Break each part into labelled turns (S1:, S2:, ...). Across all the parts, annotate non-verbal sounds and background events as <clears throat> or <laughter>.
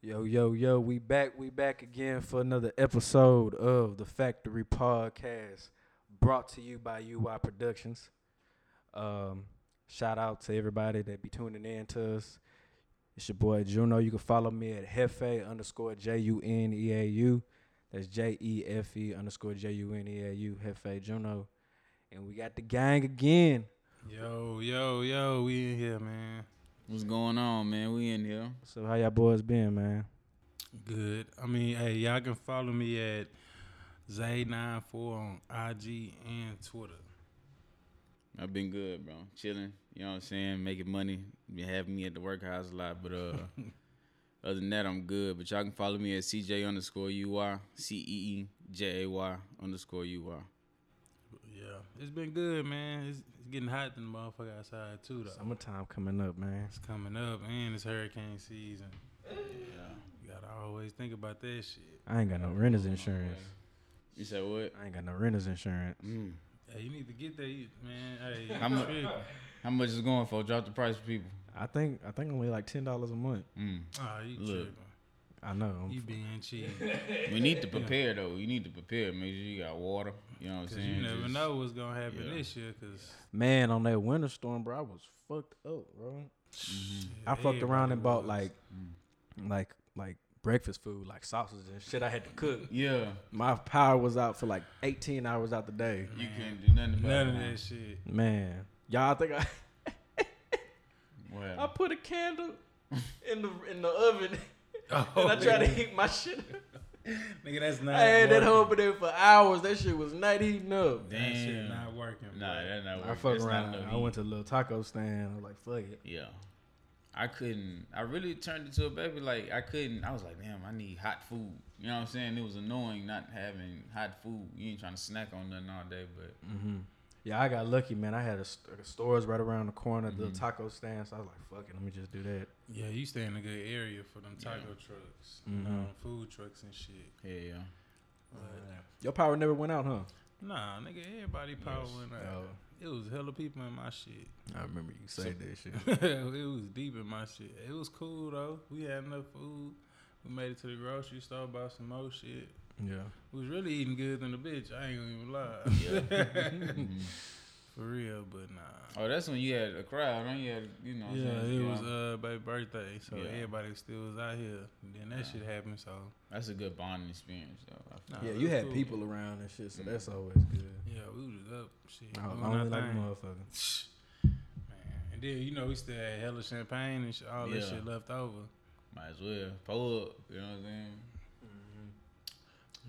S1: Yo, yo, yo, we back, we back again for another episode of the Factory Podcast brought to you by UI Productions. Um, shout out to everybody that be tuning in to us. It's your boy Juno. You can follow me at Hefe underscore J U N E A U. That's J E F E underscore J U N E A U, Hefe Juno. And we got the gang again.
S2: Yo, yo, yo, we in here, man.
S3: What's going on, man? We in here.
S1: So, how y'all boys been, man?
S2: Good. I mean, hey, y'all can follow me at Zay94 on IG and Twitter.
S3: I've been good, bro. Chilling. You know what I'm saying? Making money. Been having me at the workhouse a lot, but uh, other than that, I'm good. But y'all can follow me at CJ underscore UY, C E E J A Y underscore UY.
S2: Yeah, it's been good, man. It's, it's getting hot in the motherfucker outside too, though.
S1: Summertime coming up, man.
S2: It's coming up, and it's hurricane season. Yeah, you gotta always think about that shit.
S1: I ain't got no renter's insurance.
S3: You said what?
S1: I ain't got no renter's insurance.
S3: Mm.
S2: Hey, you need to get that, you- man. Hey, you
S3: How mu-
S2: tripping.
S3: How much is it going for? Drop the price for people.
S1: I think I think only like ten dollars a month.
S3: Mm.
S2: Oh, you
S3: Look.
S2: tripping?
S1: I know. I'm-
S2: You being cheap?
S3: We need to prepare, though. You need to prepare. Make sure you got water. You know what I'm
S2: Cause
S3: saying?
S2: you never
S3: Just-
S2: know what's gonna happen
S3: yeah.
S2: this year. Cause
S1: Man, on that winter storm, bro, I was fucked up, bro. I fucked around and bought like, like, like breakfast food, like sausage and shit. I had to cook.
S3: Yeah.
S1: My power was out for like eighteen hours out the day.
S3: You can't do nothing about
S2: none
S3: it.
S2: of
S3: huh?
S2: that shit.
S1: Man, y'all I think I
S3: What
S1: I
S3: happened?
S1: put a candle in the in the oven <laughs> and I tried to heat my shit. up.
S2: Nigga, that's not.
S1: I had that
S2: working.
S1: over there for hours. That shit was not heating up.
S2: That shit
S3: Damn.
S2: not working.
S3: Nah,
S2: bro.
S3: that's not working.
S1: I fuck
S3: That's not
S1: around.
S3: no
S1: I
S3: heat.
S1: went to a little taco stand. I was like, fuck it.
S3: Yeah. I couldn't. I really turned into a baby. Like I couldn't. I was like, damn, I need hot food. You know what I'm saying? It was annoying not having hot food. You ain't trying to snack on nothing all day, but
S1: Yeah, I got lucky, man. I had a, st- a stores right around the corner, the taco stand. So I was like, fuck it, let me just do that.
S2: Yeah, you stay in a good area for them taco trucks,
S3: Mm-hmm.
S2: you know, food trucks and shit.
S3: yeah, yeah.
S2: But
S1: Your power never went out, huh?
S2: nah, nigga, everybody power went
S1: Oh.
S2: out. It was hella people in my
S3: <laughs>
S2: shit. <laughs>
S1: I remember you said that shit.
S2: it was deep in my shit. It was cool though. We had enough food. We made it to the grocery store, bought some more shit.
S1: <laughs> Yeah.
S2: We was really eating good than a bitch. I ain't gonna even lie.
S3: <laughs>
S2: <laughs>
S3: Mhm.
S2: For real, but nah.
S3: Oh, that's when you had a crowd. Huh? You had, you know. what I'm
S2: Yeah,
S3: saying?
S2: it was uh baby birthday, so
S3: Yeah.
S2: everybody still was out here. And then that shit happened, so
S3: that's a good bonding experience, though. I-
S2: nah,
S1: yeah,
S2: it
S1: you
S2: was
S1: had
S2: cool.
S1: people around and shit, so that's always good.
S2: Yeah, we was up. Shit,
S1: I was
S2: doing
S1: lonely
S2: our
S1: like a
S2: thing.
S1: motherfucker.
S2: Man, and then you know we still had hella champagne and sh- all that
S3: Yeah.
S2: shit left over.
S3: Might as well pull up. You know what I'm saying?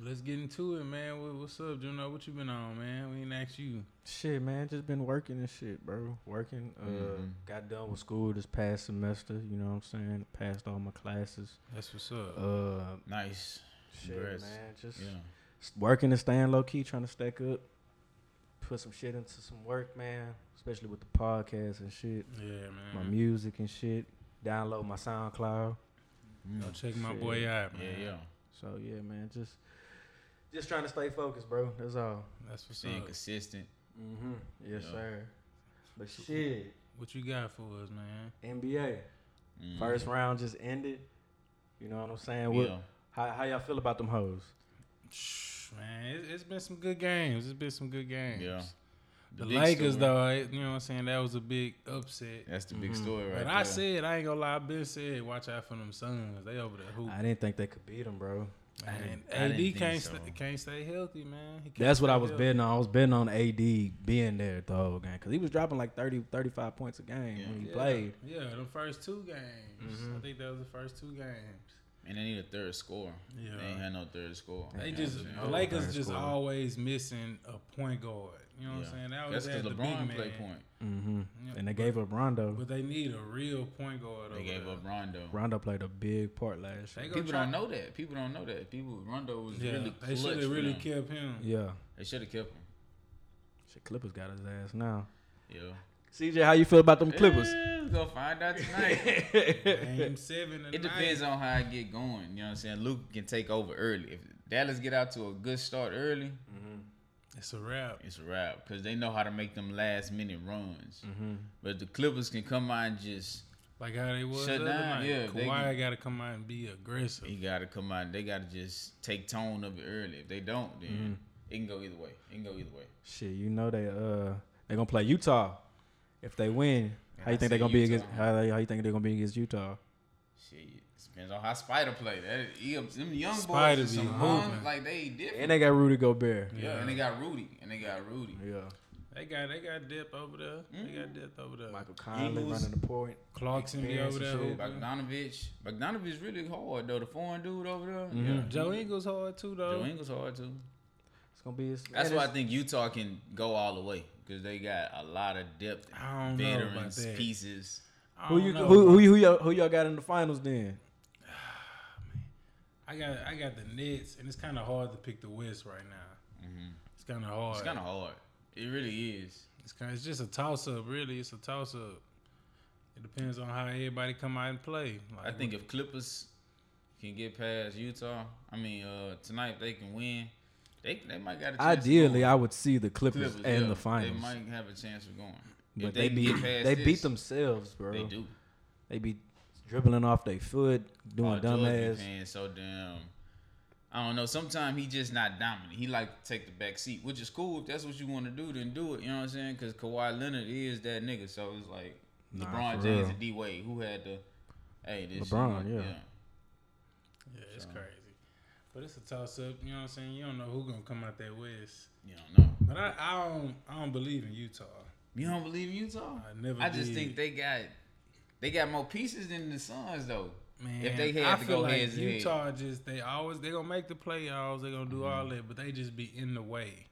S2: Let's get into it, man. What, what's up, Juno? What you been on, man? We ain't asked you.
S1: Shit, man, just been working and shit, bro. Working. Uh,
S3: Mhm.
S1: Got done with school this past semester. You know what I'm saying? Passed all my classes.
S2: That's what's up.
S1: Uh,
S3: Nice.
S1: shit,
S3: Congrats.
S1: man, just
S3: Yeah.
S1: s- working and staying low key, trying to stack up, put some shit into some work, man. Especially with the podcast and shit.
S2: yeah,
S1: my
S3: Mm-hmm.
S2: man.
S1: music and shit. Download my SoundCloud.
S3: Mm.
S2: Go check my
S1: Shit.
S2: boy out, man.
S3: Yeah, yeah.
S1: So yeah, man, just just trying to stay focused, bro. That's all.
S2: That's what's
S3: Staying
S2: up.
S3: consistent.
S1: Mm-hmm. Yes,
S3: Yeah.
S1: sir. But shit,
S2: What you got for us, man?
S1: NBA
S3: Mm.
S1: first round just ended. You know what I'm saying? What,
S3: Yeah.
S1: how how y'all feel about them hoes?
S2: Shh, Man, it, it's been some good games. It's been some good games.
S3: Yeah.
S2: The,
S3: big
S2: Lakers,
S3: story.
S2: though, it- you know what I'm saying? That was a big upset.
S3: That's the big
S1: Mhm.
S3: story, right
S2: but
S3: there.
S2: Mm-hmm. I said, I ain't gonna lie, I been said, watch out for them Suns. They over there hoop.
S1: I didn't think they could beat them, bro.
S3: I
S2: Man,
S3: didn't- I
S2: AD
S3: didn't think
S2: can't
S3: so.
S2: st- can't stay healthy, man. He can't
S1: That's what
S2: stay
S1: I was
S2: healthy.
S1: betting on. I was betting on AD being there the whole game because he was dropping like 30, 35 points a game when he
S2: Yeah.
S1: played.
S2: Yeah, them first two games.
S3: Mm-hmm.
S2: I think that was the first two games.
S3: And they need a third score.
S2: Yeah.
S3: They ain't had no third score.
S2: They
S3: You know
S2: just
S3: what I'm
S2: the
S3: saying?
S2: Lakers
S1: Third
S2: just
S1: scorer.
S2: always missing a point guard. You know what
S3: Yeah.
S2: I'm saying? That was
S3: That's
S2: at
S3: because
S2: the big
S3: LeBron
S2: man.
S3: play point.
S1: Mm-hmm.
S2: Yeah,
S1: And they gave up Rondo.
S2: But they need a real point guard.
S3: They
S2: over
S3: gave
S2: there.
S3: up Rondo.
S1: Rondo played a big part last
S2: They
S1: year.
S2: gonna
S3: People
S2: try-
S3: don't know that. People don't know that. People Rondo was
S2: Yeah,
S3: really
S2: they
S3: clutch.
S2: should have really
S3: really
S2: kept him.
S1: Yeah.
S3: They should have kept him.
S1: Shit, Clippers got his ass now.
S3: Yeah.
S1: CJ, how you feel about them Clippers?
S3: Eh, we gonna find
S2: <laughs>
S3: out tonight. <laughs>
S2: Game seven. And
S3: it depends on how it get going. You know what I'm saying? Luke can take over early. If Dallas get out to a good start early,
S2: It's a wrap.
S3: it's a wrap
S2: Mm-hmm.
S3: because they know how to make them last minute runs. But the Clippers can come out and just
S2: Like how they was
S3: Shut
S2: the other
S3: down,
S2: night.
S3: yeah, they-
S2: Kawhi got to come out and be aggressive.
S3: He gotta come out. They gotta just take tone of it early. If they don't, then
S2: Mm-hmm.
S3: it can go either way. It can go either way.
S1: <laughs> Shit, you know they uh they gonna play Utah. If they win, how
S3: I
S1: you think they
S3: said
S1: gonna be
S3: Utah.
S1: against? How, they- how you think they're gonna be against Utah?
S3: Shit, depends on how Spider play. That he, them young
S2: Spider
S3: boys,
S2: be
S3: some hung,
S2: hooping.
S3: like they different.
S1: And they got Rudy Gobert.
S3: yeah. and they got Rudy, and they got Rudy.
S1: Yeah,
S2: They got they got depth over there. They got
S3: Mm-hmm.
S2: depth over there.
S1: Michael Conley
S3: Eagles.
S1: running the point.
S2: Clarkson be
S1: Experience
S2: over there.
S1: and shit.
S2: hooping.
S3: Bogdanovich, Bogdanovich really hard though. The foreign dude over there, yeah.
S2: Mm-hmm. Joe Ingles hard too though.
S3: Joe Ingles hard too.
S1: It's gonna be. His,
S3: That's why I think Utah can go all the way because they got a lot of depth,
S2: I don't know about
S3: veterans,
S2: that.
S3: pieces.
S2: I
S1: Who
S2: don't
S1: you
S2: know,
S1: who
S2: bro.
S1: who, you- who y'all, who y'all got in the finals then?
S2: I got I got the Nets, and it's kind of hard to pick the West right now.
S1: Mm-hmm.
S2: It's kind of hard.
S3: It's kind of hard. It really is.
S2: It's kind. It's just a toss up, really. It's a toss up. It depends on how everybody come out and play.
S3: I
S2: Like,
S3: think if Clippers can get past Utah, I mean uh, tonight if they can win. They, they might got a chance. of
S1: Ideally,
S3: going.
S1: I would see the Clippers,
S3: Clippers,
S1: in
S3: yeah,
S1: the finals,
S3: They might have a chance of going. If
S1: but they,
S3: can
S1: beat
S3: get past
S1: they
S3: this,
S1: beat themselves, bro.
S3: They do.
S1: They be dribbling off their foot, doing
S3: Paul George be
S1: dumbass.
S3: playing so damn. I don't know. Sometimes he just not dominant. He like to take the back seat, which is cool. If that's what you want to do, then do it. You know what I'm saying? Because Kawhi Leonard is that nigga. So it's like
S1: Nah,
S3: LeBron
S1: for
S3: James
S1: real.
S3: and D Wade, who had the hey this shit,
S1: LeBron, yeah.
S2: yeah, it's crazy. But it's a toss up. You know what I'm saying? You don't know who gonna come out that West.
S3: You don't know.
S2: But I, I don't I don't believe in Utah.
S3: You don't believe in Utah?
S2: I never.
S3: I just
S2: did.
S3: think they got they got more pieces than the Suns though.
S2: Man,
S3: if they
S2: I
S3: had to
S2: feel
S3: go
S2: like
S3: heads to head.
S2: Utah just they always they gonna make the playoffs. They gonna do all
S3: Mm-hmm.
S2: that, but they just be in the way.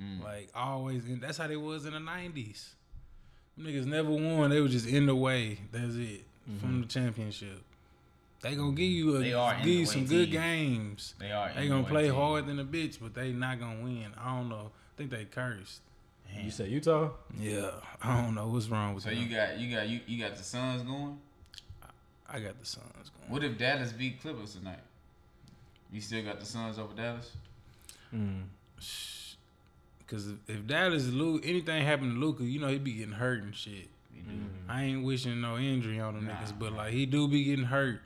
S3: Mm.
S2: Like always, in, that's how they was in the nineties. Niggas never won. They were just in the way. That's it from the championship. They gonna give you a,
S3: Mm-hmm. They are in
S2: give
S3: the
S2: you
S3: way
S2: some good
S3: team.
S2: games.
S3: They are.
S2: They gonna play hard than a bitch, but they not gonna win. I don't know. I think they cursed.
S1: You said Utah?
S2: Yeah, I don't know what's wrong with
S3: So
S2: them.
S3: you got you got you, you got the Suns going.
S2: I got the Suns going.
S3: What if Dallas beat Clippers tonight? You still got the Suns over Dallas? Mm-hmm.
S2: Cause if- if Dallas lose, anything happened to Luca, you know he be getting hurt and shit.
S3: You do.
S2: I ain't wishing no injury on them
S3: Nah.
S2: niggas, but like he do be getting hurt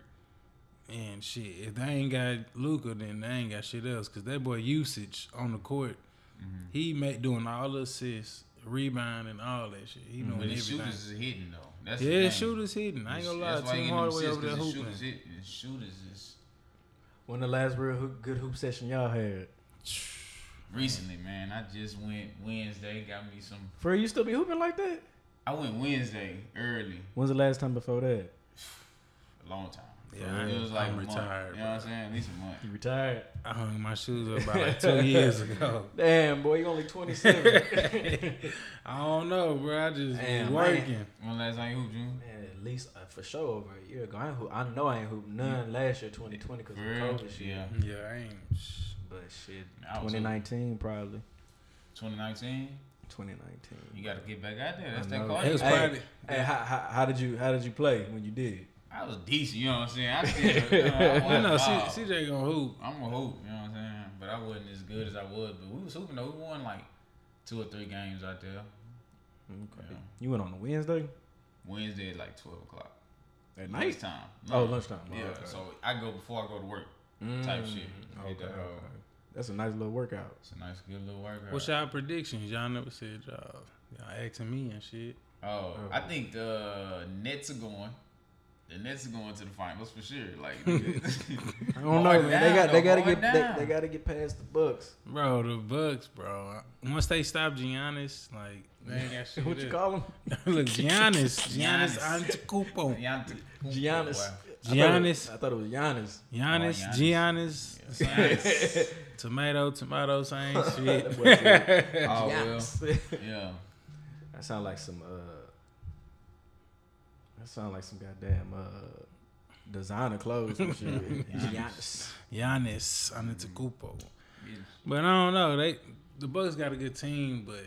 S2: and shit. If they ain't got Luca, then they ain't got shit else. Cause that boy usage on the court,
S3: Mm-hmm.
S2: he make doing all the assists, rebounding, all that shit. He doing
S3: But Mm-hmm. his
S2: everything.
S3: shooters is hitting though. That's the
S2: yeah,
S3: thing.
S2: shooters hitting. I ain't gonna lie,
S3: That's
S2: Tim
S3: why he getting them
S2: Hardaway
S3: assists,
S2: over there
S3: 'cause his
S2: hooping.
S3: Shooters, hitting. His shooters is
S1: When the last real hoop, good hoop session y'all had?
S3: recently, man. I just went Wednesday. Got me some.
S1: For you still be hooping like that?
S3: I went Wednesday early,
S1: When's the last time before that?
S3: a long time.
S2: Yeah,
S3: it was
S2: I'm-
S3: like
S2: I'm
S3: a month,
S2: retired,
S3: You know what I'm
S2: bro.
S3: saying? At least a month.
S1: You retired?
S2: <sighs> I hung my shoes up about
S3: <laughs>
S2: like two years ago.
S1: Damn, boy, you only 27.
S2: I don't know, bro. I just
S1: Damn, man.
S2: be working.
S3: When last time you hooped, June?
S1: Man, at least uh, for sure over a year ago. I, ain't hoop, I know I ain't hooped none last year, 2020, because
S3: For
S1: of
S3: real?
S1: COVID shit.
S3: Yeah.
S2: Yeah, I ain't.
S1: But shit,
S3: I was
S1: 2019 probably.
S3: 2019.
S1: 2019.
S3: You got to get back out there. That's
S1: I
S3: that
S1: know.
S3: card.
S2: It was
S1: Hey,
S2: Oh, probably.
S1: Hey, how, how, how did you how did you play when you did?
S3: I was decent, you know what I'm
S2: <laughs>
S3: saying? I still, you know, I
S2: You
S3: wasn't
S2: know, C-
S3: wild.
S2: CJ gonna hoop.
S3: I'm a hoop, you know what I'm saying? But I wasn't as good as I was. But we was hooping though. We won like two or three games out there. Yeah.
S1: You went on a Wednesday
S3: Wednesday at like 12 o'clock.
S1: at
S3: Lunchtime.
S1: Oh, lunchtime. Oh,
S3: Yeah,
S1: okay. Mm.
S3: so I go before I go to work type shit. Hit
S1: Okay,
S3: that, uh,
S1: okay. That's a nice little workout.
S3: It's a nice, good little workout.
S2: What's y'all predictions? Y'all never said y'all. Y'all asking me and shit.
S3: Oh, I think the Nets are going. The Nets are going to the finals for sure. Like, <laughs> I
S1: <laughs> I don't know, man. They got they gotta get they, they gotta get past the Bucks.
S2: Bro, the Bucks, bro. Once they stop Giannis, like <laughs> they ain't got shit.
S1: What you call him?
S3: <laughs>
S2: Look, Giannis, Giannis
S3: Giannis. Oh,
S2: Antetokounmpo,
S3: Giannis.
S1: Giannis. <laughs>
S2: Giannis.
S1: I thought it was Giannis.
S2: Giannis,
S3: Oh,
S2: Giannis,
S3: Giannis.
S1: <laughs>
S2: tomato, tomato,
S3: <laughs>
S2: same shit.
S3: Oh, well.
S1: Giannis. <laughs>
S3: Yeah.
S1: that sound like some uh that sound like some goddamn uh designer clothes and shit. <laughs> Giannis.
S2: Giannis Antetokounmpo.
S3: Yeah.
S2: But I don't know. They the Bucks got a good team, but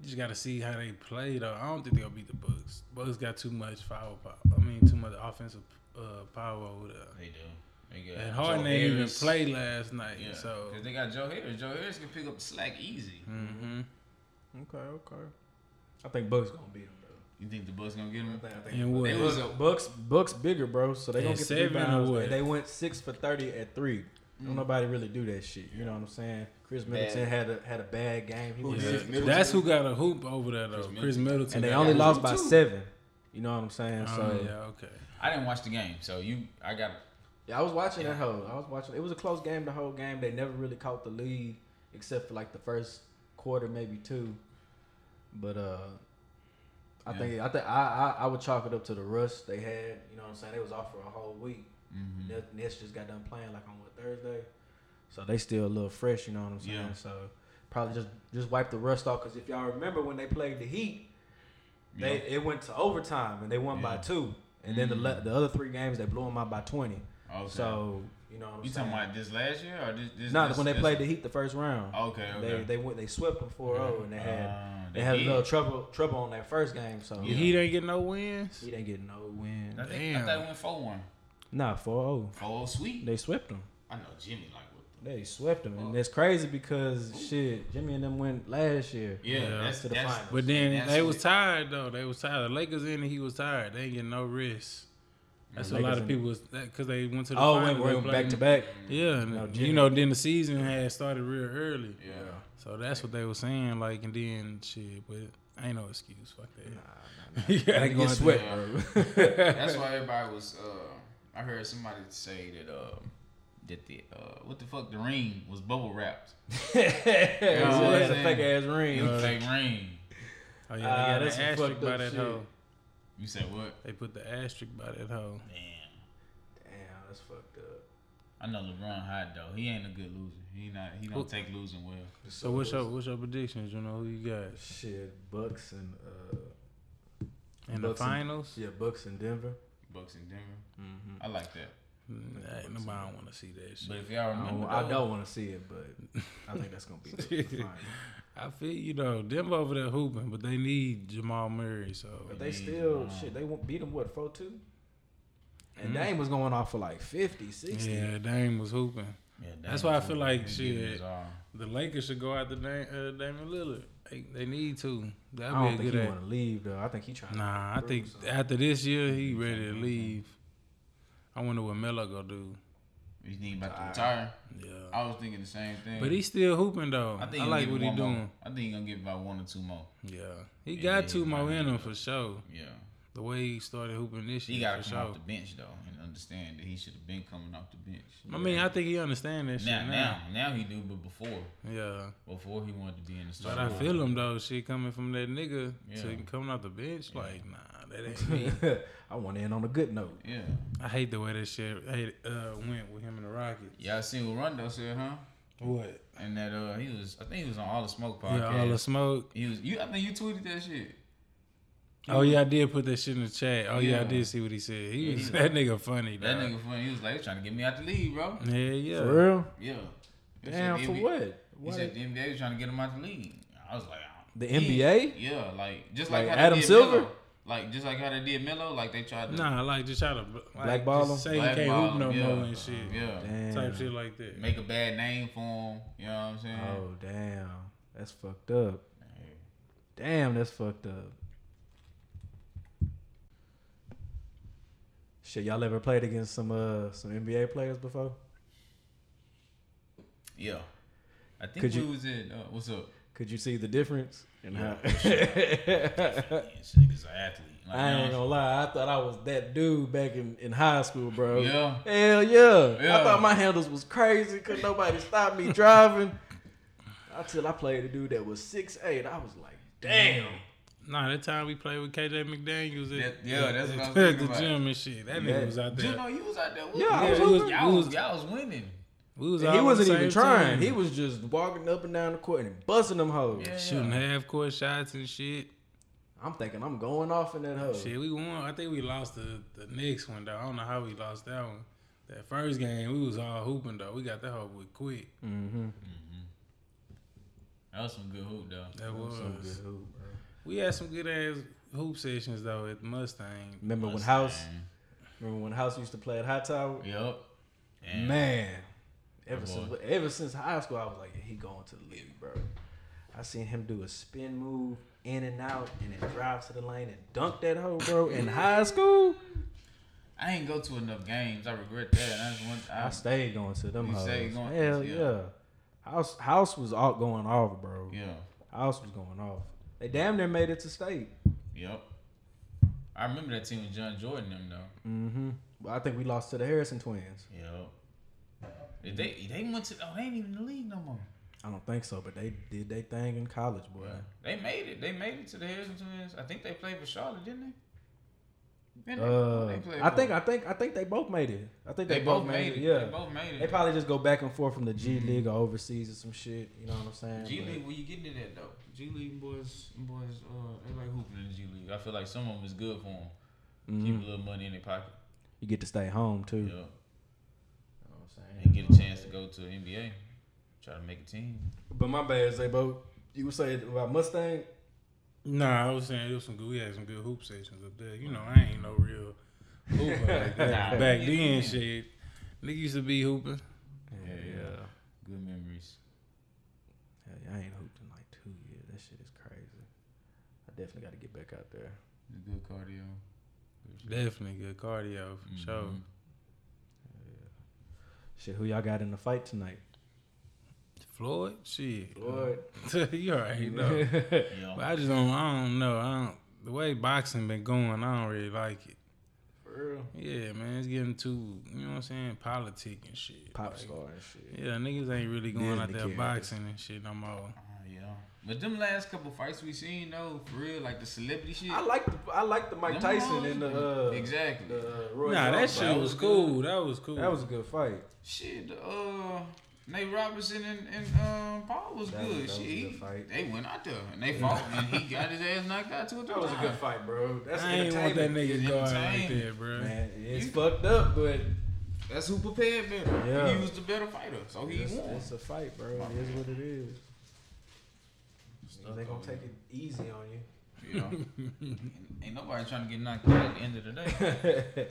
S2: you just got to see how they play. Though I don't think they'll beat the Bucks. Bucks got too much firepower. I mean, too much offensive uh, power over there.
S3: They do. They got
S2: And Harden
S3: Joe
S2: ain't even
S3: Harris.
S2: played last night,
S3: Yeah,
S2: so
S3: because they got Joe Harris. Joe Harris can pick up the slack easy.
S2: hmm
S1: Okay, okay. I think Bucks gonna beat him though.
S3: You think the Bucks gonna get him?
S2: And what?
S1: They was Bucks Bucks bigger, bro. So they
S2: Yeah,
S1: don't get the
S2: seven or
S1: rebounds.
S2: what?
S1: And They went six for thirty at three. Don't nobody really do that shit. You know what I'm saying? Chris Middleton had a had a bad game. He was
S2: Yeah,
S1: six-
S3: Middleton.
S2: That's who got a hoop over there though.
S3: Middleton.
S2: Chris Middleton.
S1: and they
S2: got
S1: only
S2: a-
S1: lost by
S3: Two.
S1: seven. You know what I'm saying?
S2: Oh,
S1: so
S2: yeah, okay.
S3: I didn't watch the game, so you, I got.
S1: Yeah, I was watching that whole. I was watching. It was a close game the whole game. They never really caught the lead except for like the first quarter, maybe two. But uh, I
S3: Yeah.
S1: think I think I, I I would chalk it up to the rush they had. You know what I'm saying? They was off for a whole week.
S3: Mhm.
S1: Nets- Nets just got done playing like on what Thursday, so they still a little fresh. You know what I'm saying?
S3: Yeah.
S1: So probably just just wipe the rust off. Cause if y'all remember when they played the Heat, they
S3: Yeah.
S1: it went to overtime and they won by
S3: Yeah.
S1: two. And then the
S3: Mm.
S1: le- the other three games they blew them out by twenty.
S3: Okay.
S1: So you know what I'm
S3: you
S1: saying?
S3: talking about this last year or this? this
S1: no,
S3: this,
S1: when they
S3: this-
S1: played the Heat the first round,
S3: Okay, okay.
S1: they they went they swept them 4-0 and they had
S3: Ah,
S1: they, had a
S3: did.
S1: little trouble trouble on that first game. So
S3: Yeah.
S2: He didn't get no wins.
S1: he didn't get no win.
S3: I think, I
S2: Damn.
S3: thought it went four one.
S1: Nah, 4-0.
S3: Four sweet.
S1: They swept them.
S3: I know Jimmy like what. the-
S1: They swept them,
S3: Oh.
S1: and that's crazy because shit, Jimmy and them went last year.
S3: Yeah,
S2: Yeah,
S3: that's
S1: to the
S3: that's,
S1: finals.
S2: But then
S3: That's
S2: they
S3: it.
S2: was tired though. They was tired. The Lakers in and he was tired. They ain't getting no rest. That's what a lot
S1: Lakers
S2: of
S1: in.
S2: people was because they went to the
S1: Oh,
S2: finals.
S1: went,
S2: they
S1: went
S2: played-
S1: back to back.
S2: Yeah,
S1: No,
S2: and,
S1: Jimmy.
S2: you know, then the season had started real early.
S3: Yeah.
S2: So that's what they were saying, like, and then shit, but ain't no excuse. Fuck
S1: Nah,
S2: that.
S1: nah,
S2: <laughs> You
S1: nah. <laughs>
S2: gotta
S1: They
S2: go
S1: get
S2: out
S1: swept. bro. <laughs>
S3: That's why everybody was. Uh, I heard somebody say that. Uh, that the uh, what the fuck the ring was bubble wrapped.
S1: Yeah,
S3: what
S1: That's
S3: I'm
S1: a
S3: saying?
S1: fake ass ring.
S3: You fake ring.
S2: Oh yeah,
S1: Ah,
S2: they got
S1: that's
S2: an
S1: some
S2: asterisk
S1: fucked
S2: by
S1: up
S2: that
S1: shit.
S2: hoe.
S3: You said what?
S2: They put the asterisk by that hoe.
S3: Damn.
S1: Damn, that's fucked up.
S3: I know LeBron hot though. He ain't a good loser. He not. He don't take losing well.
S2: So what's your what's your predictions? You know who you got
S1: Shit, Bucks and uh,
S2: in the
S1: Bucks and-
S2: finals?
S1: yeah, Bucks and Denver.
S3: Bucks in Denver.
S1: Mm-hmm.
S3: I like that.
S2: Nah, ain't nobody want to see that shit.
S3: But if y'all
S1: I
S3: remember,
S1: don't, I
S3: though-
S1: don't want to see it, but I think that's gonna be <laughs> the final.
S2: I feel you know them over there hooping, but they need Jamal Murray. So
S1: But they still shit. They won't beat them what four two, and Dame was going off for like 50, 60.
S2: yeah, Dame was hooping.
S3: Yeah,
S2: That's
S3: Dame
S2: why I
S3: too.
S2: feel like
S3: He getting
S2: shit.
S3: his all.
S2: The Lakers should go out to Dame, uh, Damian Lillard. They, they need to.
S1: I
S2: That'd
S1: don't
S2: be a
S1: think
S2: good
S1: he
S2: act.
S1: want to leave though. I think he trying.
S2: Nah, I
S1: Through,
S2: think
S1: so-
S2: after this year he ready to leave. I wonder what Melo gonna do.
S3: You think about to retire?
S2: Yeah,
S3: I was thinking the same thing.
S2: but he's still hooping though. I,
S3: I think he
S2: like
S3: give
S2: what
S3: it
S2: he
S3: one
S2: doing.
S3: More. I think he gonna give about one or two more.
S2: Yeah, he
S3: Yeah,
S2: got
S3: he
S2: two more
S3: might
S2: in
S3: need
S2: him
S3: to.
S2: for sure.
S3: Yeah,
S2: The way he started hooping this
S3: he
S2: year,
S3: got
S2: for
S3: to
S2: sure.
S3: come off the bench though and understand that he should have been coming off the bench.
S2: I mean, I think he understand that shit
S3: Now,
S2: now.
S3: now, now he do, but before,
S2: Yeah,
S3: before he wanted to be in the
S2: but
S3: starting.
S2: I
S3: lineup.
S2: feel him though. Shit coming from that nigga to
S3: Yeah.
S2: coming off the bench, like nah, that ain't
S3: <laughs>
S2: me.
S1: <laughs> I want to end on a good note.
S3: Yeah,
S2: I hate the way that shit I hate, uh, went with him and the Rockets.
S3: y'all seen what Rondo said, huh?
S2: What?
S3: And that uh, he was, I think he was on All the Smoke podcast.
S2: Yeah, all the smoke.
S3: he was, you, I think you tweeted that shit.
S2: Oh yeah, I did put that shit in the chat. Oh yeah, I
S3: Yeah.
S2: did see what he said. He
S3: Yeah,
S2: was <laughs>
S3: he-
S2: that nigga funny.
S3: That
S2: dog.
S3: nigga funny. He was like, he trying to get me out the league, bro.
S2: Yeah, yeah.
S1: For real?
S3: Yeah. He said
S1: Damn,
S3: the
S1: for
S3: NBA
S1: what?
S3: He
S1: What?
S3: said the NBA was trying to get him out the league. I was like, I don't-
S1: The
S3: he-
S1: NBA?
S3: Yeah, like just
S1: Like
S3: like, how
S1: Adam
S3: they did
S1: Silver?
S3: Melo. Like just like how they did Melo, like they tried to
S2: Nah, like just try to like,
S1: Blackball
S2: just
S1: him?
S2: say he
S3: blackball
S2: can't hoop no
S3: him, yeah.
S2: more and shit.
S3: Yeah,
S1: Damn.
S2: Type shit like that.
S3: make a bad name for him. You know what I'm saying?
S1: Oh damn, that's fucked up. Damn, that's fucked up. Shit, y'all ever played against some uh some NBA players before?
S3: Yeah. I think
S1: Could
S3: we
S1: you-
S3: was in. Uh, what's up?
S1: Could you see the difference? And how-
S3: Yeah, this nigga's an athlete. Like,
S1: <laughs> I ain't
S3: you know
S1: gonna lie, I thought I was that dude back in, in high school, bro.
S3: Yeah.
S1: Hell yeah. I
S3: Yeah.
S1: thought my handles was crazy because nobody stopped me driving. Until I played a dude that was 6'8. I was like, damn.
S2: Nah, that time we played with KJ McDaniels at,
S3: That- yeah, that's what
S2: <laughs>
S3: I was
S2: at
S3: thinking
S2: the
S3: about.
S2: gym and shit. That
S1: Yeah.
S2: nigga was out
S3: what I'm saying?
S2: there.
S3: Juno, you was out there. With
S1: Yeah, I
S3: yeah,
S1: was
S3: y'all,
S1: hooping.
S3: was, y'all,
S2: I was-
S3: was, y'all was winning.
S2: We was all
S1: he
S2: on
S1: wasn't
S2: the
S1: even
S2: same
S1: trying.
S2: team.
S1: He was just walking up and down the court and busting them hoes.
S3: Yeah,
S2: shooting
S3: yeah.
S2: half court shots and shit.
S1: I'm thinking I'm going off in that hoe.
S2: Shit, we won. I think we lost the the next one though. I don't know how we lost that one. That first game, we was all hooping though. We got that whole boy quick.
S1: Mm-hmm.
S3: That was some good hoop though.
S2: That was.
S1: Some good hoop, bro.
S2: We had some good ass hoop sessions though at Mustang.
S1: Remember when House? Remember when House used to play at High Tower?
S3: Yep.
S1: Man, ever
S3: Boy.
S1: since ever since high school, I was like, he going to the league, bro. I seen him do a spin move in and out and then drive to the lane and dunk that hoe, bro,
S2: <laughs>
S1: in high school.
S3: I ain't go to enough games. I regret that. That's one.
S1: I
S3: I,
S1: stayed going to them
S3: You
S1: hoes.
S3: stayed going to
S1: Hell
S3: this,
S1: yeah.
S3: yeah.
S1: House house was all going off, bro.
S3: yeah.
S1: House was going off. They damn near made it to state.
S3: Yep. I remember that team with John Jordan them though.
S1: Mm-hmm. But I think we lost to the Harrison twins.
S3: Yep. Did They they went to oh they ain't even in the league no more.
S1: I don't think so, but they did their thing in college, boy.
S3: They made it. They made it to the Harrison Twins. I think they played for Charlotte, didn't they? Didn't they? Who
S1: Uh,
S3: they played
S1: I
S3: for?
S1: think I think I think they both made it. I think
S3: they, both made it.
S1: Yeah,
S3: They both made it. Mm-hmm.
S1: They probably just go back and forth from the G League or overseas or some shit. You know what I'm saying?
S3: G
S1: But
S3: League, where you getting it at though? G League boys, boys, uh, they like hooping in the G League. I feel like some of them is good for them. Keep a little money in their pocket.
S1: mm-hmm. You get to stay home too.
S3: Yeah,
S1: You know what I'm saying?
S3: and get a chance to go to NBA. Try to make a team.
S1: But my bad, Zabo. You were saying about Mustang?
S2: Nah, I was saying it was some good. We had some good hoop sessions up there. You know, I ain't no real hooper like that. <laughs>
S3: Nah.
S2: back then. Shit, nigga used to be hooping.
S1: Yeah,
S3: yeah. Good memories.
S1: Hey, I ain't hooped in like two years. That shit is crazy. I definitely got to get back out there.
S3: Good cardio.
S2: Definitely good cardio for sure.
S3: Mhm.
S1: Shit, who y'all got in the fight tonight?
S2: Floyd, shit.
S1: Floyd.
S2: <laughs> you <laughs> already know.
S3: Yeah.
S2: But I just don't. I don't know. I don't. The way boxing been going, I don't really like it.
S1: <laughs> For real.
S2: Yeah, man, it's getting too. You know what I'm saying? Politic and shit.
S1: Pop
S2: Like,
S1: star and shit.
S2: Yeah, niggas ain't really going
S1: Disney
S2: out there
S1: characters.
S2: boxing and shit no more.
S3: Ah, yeah. But them last couple fights we seen though, for real, like the celebrity shit.
S1: I like the I like the Mike
S3: them
S1: Tyson
S3: hoes-
S1: and the uh,
S3: exactly.
S1: the Roy.
S2: nah, that
S1: Jones
S2: shit
S1: fight.
S2: was cool. That was cool.
S1: That was a good fight.
S3: Shit, uh, Nate Robinson and, and um, Paul was
S1: That was-
S3: good.
S1: that was a
S3: Shit,
S1: good
S3: he-
S1: fight.
S3: they went out there and they fought, and he got his ass knocked out two or three
S1: That was a
S3: times.
S1: good fight, bro. That's
S2: I ain't want that
S1: entertainment.
S2: nigga
S3: It's
S2: guard like
S3: entertaining.
S2: there, bro.
S1: Man, it's
S3: You-
S1: fucked up, but
S3: That's who prepared better.
S1: Yeah.
S3: He was the better fighter,
S2: Oh,
S3: so he
S1: it's,
S3: won.
S1: it's a fight, bro. It is what it is. They gonna take it easy on you.
S3: You <laughs> know? ain't, ain't nobody trying to get knocked out at the end of the day.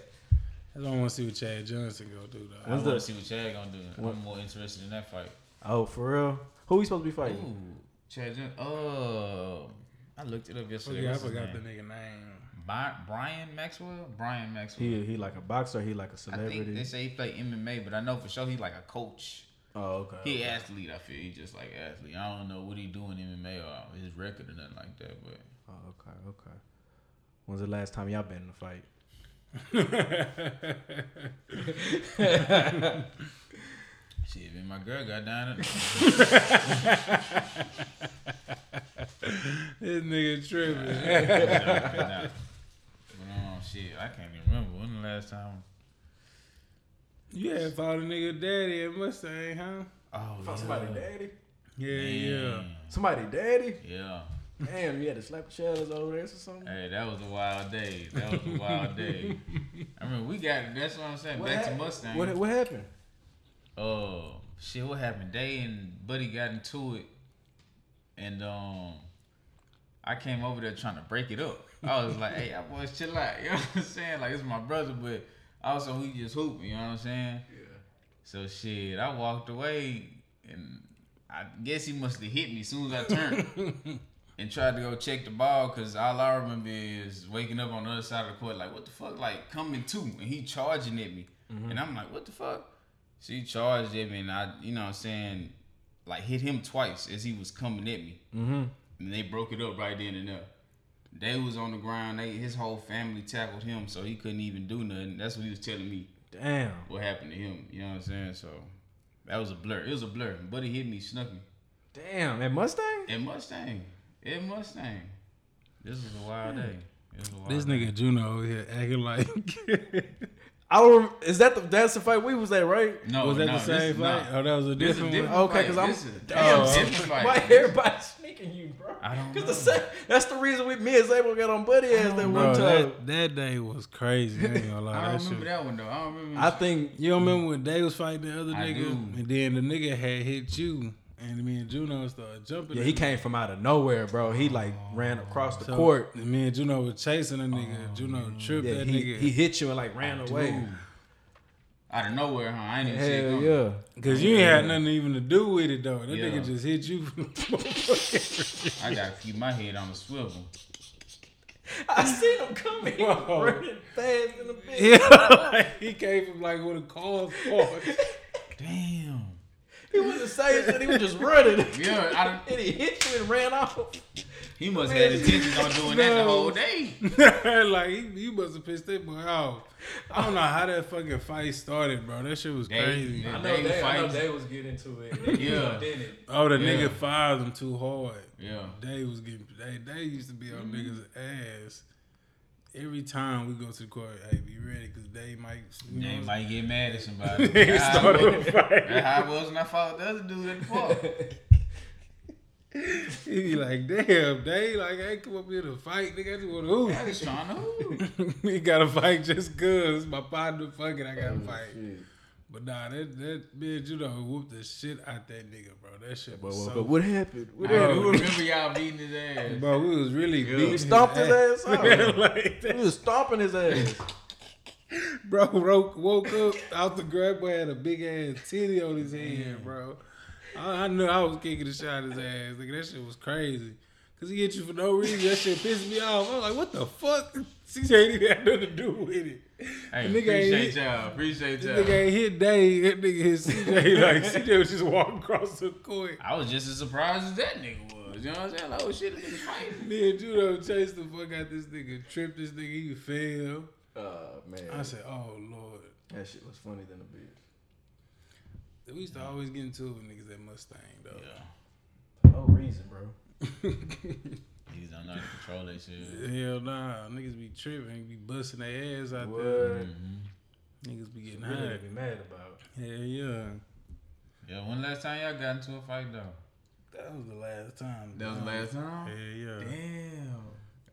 S2: That's why I want to see what Chad Johnson gonna do though.
S3: I
S1: When's
S3: want to
S1: the-
S3: see what Chad gonna do.
S1: What-
S3: I'm more interested in that fight.
S1: <laughs> Oh, for real? Who we supposed to be
S3: Ooh,
S1: fighting?
S3: Chad. Jen- Oh, I looked it up
S2: I
S3: yesterday.
S2: forgot, Oh, I
S3: What's his
S2: forgot the
S3: name?
S2: nigga name.
S3: Bi- Brian Maxwell. Brian Maxwell.
S1: He he like a boxer. He like a
S3: I think they
S1: celebrity.
S3: say he play MMA, but I know for sure he like a coach.
S1: Oh,
S3: He
S1: okay.
S3: athlete, I feel. He just like athlete. I don't know what he do in MMA or his record or nothing like that, but
S1: Oh, okay, okay. When's the last time y'all been in a fight?
S3: shit, man, my girl got down.
S1: <laughs>
S3: At,
S2: <laughs> This nigga tripping.
S3: <laughs>
S2: <laughs>
S3: but um, shit, I can't even remember when the last time.
S2: You had fought a nigga daddy at Mustang, huh?
S3: Oh, yeah.
S1: daddy?
S2: Yeah, yeah.
S3: Damn.
S1: Somebody daddy?
S3: Yeah.
S1: Damn, you had to slap the shadows over this or something?
S3: Hey, that was a wild day. That was a wild day. I mean, we got. That's what I'm saying.
S1: What
S3: Back
S1: hap-
S3: to Mustang.
S1: What, what happened?
S3: Oh shit, what happened? They and Buddy got into it, and um, I came over there trying to break it up. I was like, <laughs> "Hey, y'all boys, chill out." You know what I'm saying? Like, it's my brother, but also we just hooping. You know what I'm saying? So shit, I walked away, and I guess he must have hit me as soon as I turned. And tried to go check the ball because all I remember is waking up on the other side of the court, like, what the fuck? Like, coming to. And he charging at me. And I'm like, what the fuck? She charged him and I, you know what I'm saying, like hit him twice as he was coming at me.
S1: Mm-hmm.
S3: And they broke it up right then and there. They was on the ground. They his whole family tackled him, so he couldn't even do nothing. That's what he was telling me
S1: Damn.
S3: what happened to him. You know what I'm saying? So that was a blur. It was a blur. Buddy hit me, snuck me.
S1: Damn. At Mustang?
S3: And Mustang. And Mustang. This was a wild day. This, was a wild
S2: This
S3: day.
S2: nigga Juno over here acting <laughs> like
S1: I don't, is that the that's the fight we was at, right?
S3: No,
S2: was that
S3: no,
S2: the
S3: this
S2: same
S3: is
S2: fight?
S3: not.
S2: Oh, that was a
S3: This is
S2: different,
S3: different.
S2: one.
S1: Okay,
S3: fight.
S1: cause I'm
S2: <laughs>
S3: This is-
S1: damn.
S3: Oh,
S1: I'm-
S3: different fight.
S1: Why everybody sneaking you, bro?
S3: I don't
S1: Cause
S3: know.
S1: the same, that's the reason we me and Zabel got on buddy
S3: Oh,
S1: ass that
S2: Bro,
S1: one time.
S2: that, that day was crazy. I ain't gonna lie.
S3: I
S2: that
S3: don't
S2: shit
S3: remember that one though. I don't remember.
S1: I think
S2: You don't remember when Day was fighting the other
S3: I
S2: nigga,
S3: do.
S2: and then the nigga had hit you, and me and Juno started jumping.
S1: yeah, he
S2: at
S1: came from out of nowhere, bro. He like ran across the
S2: him.
S1: court.
S2: And me and Oh, Juno was chasing a nigga. Juno tripped
S1: Yeah,
S2: that
S1: he,
S2: nigga.
S1: he hit you and like ran away.
S3: Dude. Out of nowhere, huh? I ain't even see it
S1: Hell
S3: coming.
S1: yeah.
S2: Cause you ain't had nothing even to do with it though. That
S3: Yeah.
S2: nigga just hit you. from <laughs> the
S3: I gotta keep my head on the swivel.
S1: I seen him coming.
S2: Whoa.
S1: Running fast in the bitch.
S2: yeah, like, he came from like with a car park.
S3: Damn.
S1: <laughs> He wasn't saying shit. He was just running.
S3: Yeah, I done-
S1: <laughs> and he hit you and ran off.
S3: he must have had intentions on doing that the whole
S2: <laughs>
S3: day.
S2: like he, he must have pissed that boy off. I don't know how that fucking fight started, bro. That shit was
S3: They-
S2: crazy.
S3: they-
S1: I know,
S3: They
S1: they, I know
S3: fighting.
S1: they was getting into it.
S3: Yeah.
S1: Did it.
S2: Oh, the
S3: Yeah.
S2: nigga fired him too hard.
S3: Yeah.
S2: They was getting they they used to be on
S3: Mm-hmm.
S2: niggas' ass. Every time we go to the court, hey, be ready because they might. You know,
S3: They
S2: what
S3: might get mad
S2: <laughs>
S3: at somebody.
S2: I'm saying? <laughs> They
S3: That's how it
S2: started
S3: was-
S2: a fight. <laughs>
S3: That's how it was when I fought the other dude at the park.
S2: He be like, damn, they like, I ain't come up here to fight. Nigga, I just want
S3: I
S2: to
S3: was trying to. hoop.
S2: hoop. <laughs> he got to fight just because my partner fucking, I got
S3: Oh,
S2: to fight.
S1: Shit.
S2: But nah, that that bitch, you know, whooped the shit out that nigga, bro. That shit was so.
S1: what happened? What <laughs>
S3: I do remember y'all beating his ass.
S2: Bro, we was really beating
S1: We stomped his ass out.
S2: <laughs> like that.
S1: He was stomping his ass.
S2: Bro woke, woke up out the grab boy had a big ass titty on his head, bro. I, I knew I was kicking the shot at his ass. Like that shit was crazy. Cause he hit you for no reason. That shit pissed me off. I was like, what the fuck? <laughs> CJ ain't even had nothing to do with it.
S3: Hey,
S2: Nigga ain't
S3: appreciate
S2: hit-
S3: y'all. Appreciate
S2: This nigga
S3: y'all.
S2: ain't hit Dave. That nigga hit CJ. <laughs> Like CJ was just walking across the court.
S3: I was just as surprised as that nigga was. You know what I'm saying? Like, oh shit, this nigga fighting.
S2: Me and Judo chased the fuck out this nigga, tripped this nigga, he fell.
S1: <laughs> Oh man,
S2: I said, oh lord.
S1: that shit was funny than a
S2: We used to always get into it with niggas that Mustang though.
S1: bitch. No reason, bro.
S3: Niggas don't know how to control that shit.
S2: Hell nah, niggas be tripping, be busting their ass out
S1: What?
S2: there.
S3: Mhm.
S2: Niggas be getting
S1: Nothing to
S2: high.
S1: be mad about.
S2: Hell yeah.
S3: Yeah, when last time y'all got into a fight though?
S2: That was the last time.
S3: That was the
S2: dog.
S3: last time.
S2: Hell yeah.
S3: Damn.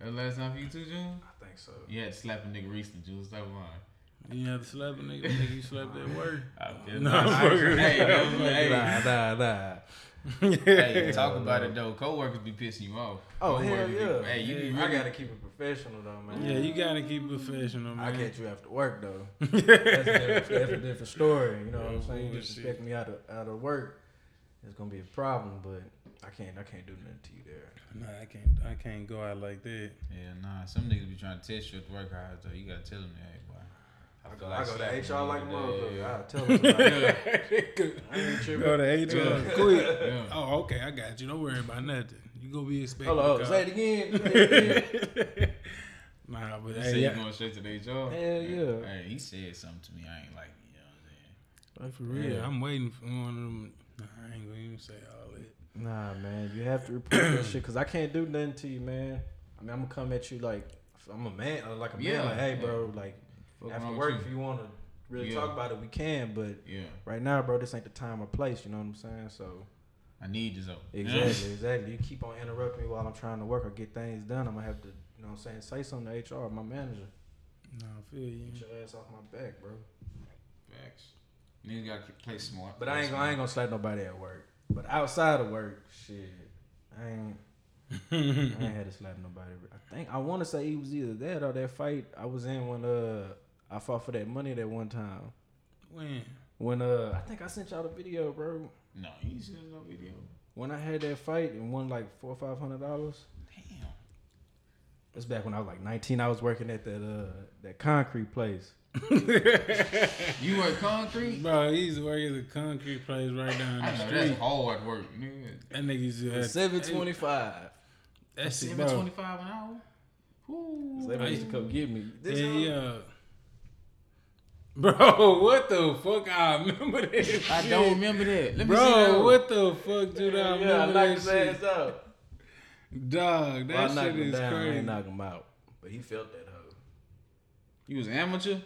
S3: That was the last time for you too, June?
S1: I think so.
S3: You had to slap a nigga recently, June. Stop lying.
S2: You had to slap a nigga, nigga you
S1: <laughs>
S2: slapped at work.
S3: I- <laughs>
S2: No,
S3: I-
S2: I'm fucking-
S3: Hey, that was- hey,
S1: Nah, nah, nah.
S3: hey, <laughs>
S2: yeah.
S3: talk about it though. Coworkers be pissing you off.
S1: Oh hell
S3: Coworkers be-
S1: yeah.
S3: Hey, you be
S1: I
S3: really
S1: gotta keep it professional though, man.
S2: Yeah, you gotta keep professional, man.
S1: I
S2: <laughs>
S1: catch you after work
S3: <laughs>
S1: though. that's, a different, that's a different story. You know what I'm saying? You
S2: bullshit.
S1: disrespect me out of out of work, it's gonna be a problem. But I can't I can't do nothing to you there.
S2: Nah, I can't I can't go out like that.
S3: Yeah, nah. Some niggas be trying to test you at the work hours though. You gotta tell them that, hey, boy.
S1: I go
S3: feel like
S1: I go to
S3: slapping you
S1: HR like a
S3: today.
S1: motherfucker. I tell
S2: <laughs>
S1: them about
S3: <laughs>
S1: it. I ain't
S2: go
S1: tripping.
S2: to HR
S3: Yeah.
S2: quick.
S3: <laughs> Yeah.
S2: Oh, okay, I got you. Don't worry about nothing. You gonna be expected.
S1: Hold on, say it again. Say it
S3: <laughs>
S1: again.
S2: <laughs> Nah, but
S3: You
S2: hey,
S3: say you
S2: yeah.
S3: going straight to the HR?
S1: Hell, yeah.
S3: Hey, he said something to me. I ain't like, it, you know what I'm saying?
S2: Like for real,
S1: Yeah.
S2: I'm waiting for one of them. Nah, I ain't gonna even say all that.
S1: Nah, man, you have to report that shit because I can't do nothing to you, man. I mean, I'm gonna come at you like I'm a man, uh, like a
S3: Yeah,
S1: man. Like, hey,
S3: yeah.
S1: bro, like
S3: Fuck wrong
S1: after
S3: with
S1: work,
S3: you?
S1: if you wanna really
S3: Yeah.
S1: talk about it, we can. But
S3: Yeah,
S1: right now, bro, this ain't the time or place. You know what I'm saying? So.
S3: I need this. up.
S1: Exactly, exactly. You keep on interrupting me while I'm trying to work or get things done. I'm gonna have to, you know, what I'm saying, say something to HR, my manager.
S2: Nah, I feel you.
S1: Get your ass off my back, bro.
S3: Facts. Niggas gotta keep- play smart.
S1: But I ain't gonna, I ain't gonna slap nobody at work. But outside of work, shit, I ain't, I ain't had to slap nobody. I think I want to say it was either that or that fight I was in when uh I fought for that money that one time.
S2: <laughs> When?
S1: When uh I think I sent y'all the video, bro.
S3: No, you see this on video.
S1: When I had that fight and won like four or five hundred dollars.
S3: Damn.
S1: That's back when I was like 19. I was working at that uh that concrete place.
S3: You work <laughs> concrete?
S2: Bro, he's working the concrete place right down
S3: I
S2: the
S3: know
S2: street.
S3: that's hard work, nigga.
S2: That nigga used to have
S1: Seven twenty five.
S2: That's it,
S3: Seven
S2: bro.
S3: twenty-five an hour. Woo.
S1: They used to come get me.
S2: Yeah, yeah. Bro, <laughs> what the fuck? I remember that.
S3: I
S2: shit.
S3: don't remember that. Let me see that.
S2: Bro, what the fuck, dude? I
S1: Yeah,
S2: remember
S1: I knocked his
S2: that
S1: ass out.
S2: shit. Dog,
S1: Well, I
S2: that
S1: knocked
S2: shit
S1: him
S2: is
S1: down. I
S2: crazy.
S1: ain't knock him out, but he felt that hoe.
S3: You was amateur?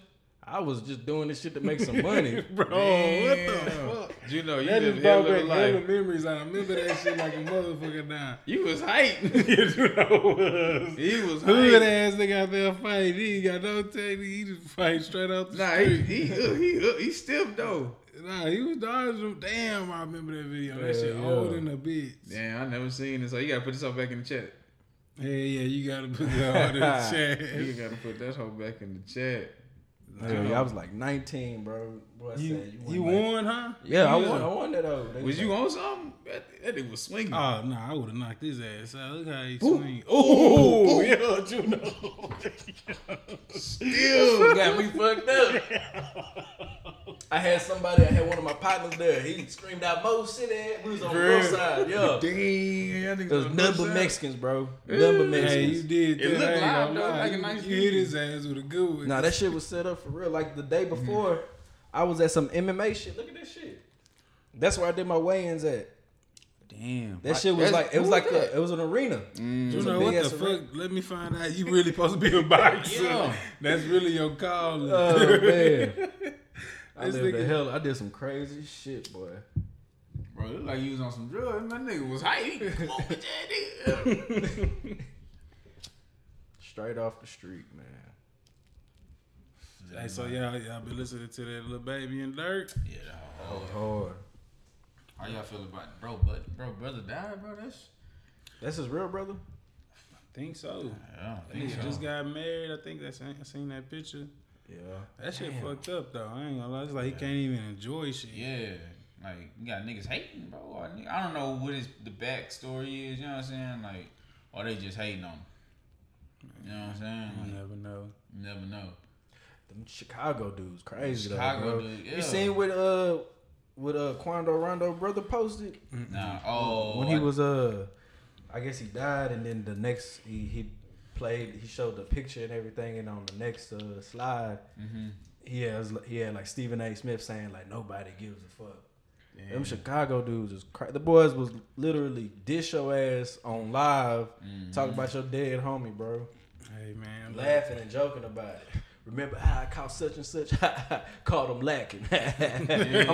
S1: I was just doing this shit to make some <laughs> money.
S2: <laughs> Bro,
S3: Damn.
S2: what the fuck?
S3: You know, you
S2: That
S3: just
S2: just
S3: hell
S2: brought
S3: of a
S2: back hella
S3: life.
S2: memories. I remember that shit like a motherfucker now.
S3: You was hype. <laughs>
S2: you know what?
S3: He was
S2: Hood
S3: hype.
S2: ass nigga out there fighting. He ain't got no technique. He just fight straight out the
S3: Nah, he
S2: street.
S3: he he, he, he stiff though.
S2: Nah, he was dodging. Damn, I remember that video.
S1: Hell
S2: That shit
S1: yeah.
S2: old in a bitch. Yeah.
S3: Damn, I never seen it. So you gotta put this all back in the chat.
S2: Hell yeah, you gotta put that on the
S3: You
S2: chat.
S3: gotta put that whole back in the chat.
S1: Nigga, I was like 19, bro. Boy, I
S2: You,
S1: said,
S2: you
S1: like-
S2: won, huh?
S1: Yeah, I
S2: You
S1: won. I won that though. They
S3: Was
S1: like-
S3: you on something? That, that nigga was swinging.
S2: Oh no, I would have knocked his ass out. Look how he swing.
S3: Ooh,
S2: yeah, Juno.
S1: <laughs>
S3: still got me fucked up.
S1: I had somebody. I had one of my partners there. He screamed out "Mo City." We was on
S3: Bruh.
S1: both sides. Yeah, it
S3: Damn, that nigga
S1: was
S3: on
S1: none
S3: both
S1: but
S3: sides.
S1: Mexicans, bro. None but
S2: Hey, you
S1: Mexicans.
S2: did.
S3: It
S2: that.
S3: looked
S2: I ain't
S3: live,
S2: gonna
S3: though.
S2: lie.
S3: Like a nice
S2: you hit his ass with a good one.
S1: Nah, that shit was set up for real. Like the day before, I was at some MMA shit. Look at this shit. That's where I did my weigh-ins at.
S3: Damn,
S1: That shit was like it was like
S3: that.
S1: a, it was an arena.
S2: You
S1: It was a
S2: know what
S1: big
S2: the
S1: ass arena.
S2: fuck? Let me find out. You really supposed to be a boxer.
S3: Yeah.
S2: <laughs> That's really your calling. <laughs>
S1: Oh man. I
S2: This
S1: lived the
S2: nigga-
S1: hell. I did some crazy shit, boy.
S3: bro. Look like you was on some drugs. That nigga was hype. Come on, bitch, that nigga.
S1: Straight off the street, man.
S2: <laughs> hey, so y'all, y'all been listening to that little baby and Dirk?
S3: Yeah, dawg.
S1: That was hard.
S3: How y'all feel about bro, but bro, brother died, bro. That's
S1: That's his real brother.
S2: I think so.
S3: yeah, I
S2: That nigga just got married. I think that's I seen that picture.
S1: Yeah.
S2: That shit fucked up though. I ain't gonna lie. It's like he can't even enjoy shit.
S3: Yeah, like you got niggas hating, bro. Or nigga- I don't know what his the backstory is. You know what I'm saying? Like, or they just hating on him. You know what I'm
S2: You
S3: saying? Like,
S2: never know.
S3: you never know.
S1: Them Chicago dudes, crazy
S3: Chicago
S1: though. Bro.
S3: dude, yeah.
S1: You seen what uh what uh Quando Rondo brother posted
S3: Nah. Oh,
S1: when he
S3: I-
S1: was uh I guess he died and then the next he he played he showed the picture and everything and on the next uh slide
S3: Mhm.
S1: he has he had like Stephen A. Smith saying like nobody gives a fuck.
S3: Damn.
S1: Them Chicago dudes is cra- the boys was literally dish your ass on live talking about your dead homie, bro.
S2: Hey man, look,
S1: Laughing and joking about it. Remember how I caught such and such? <laughs> Caught them lacking. <laughs> I'm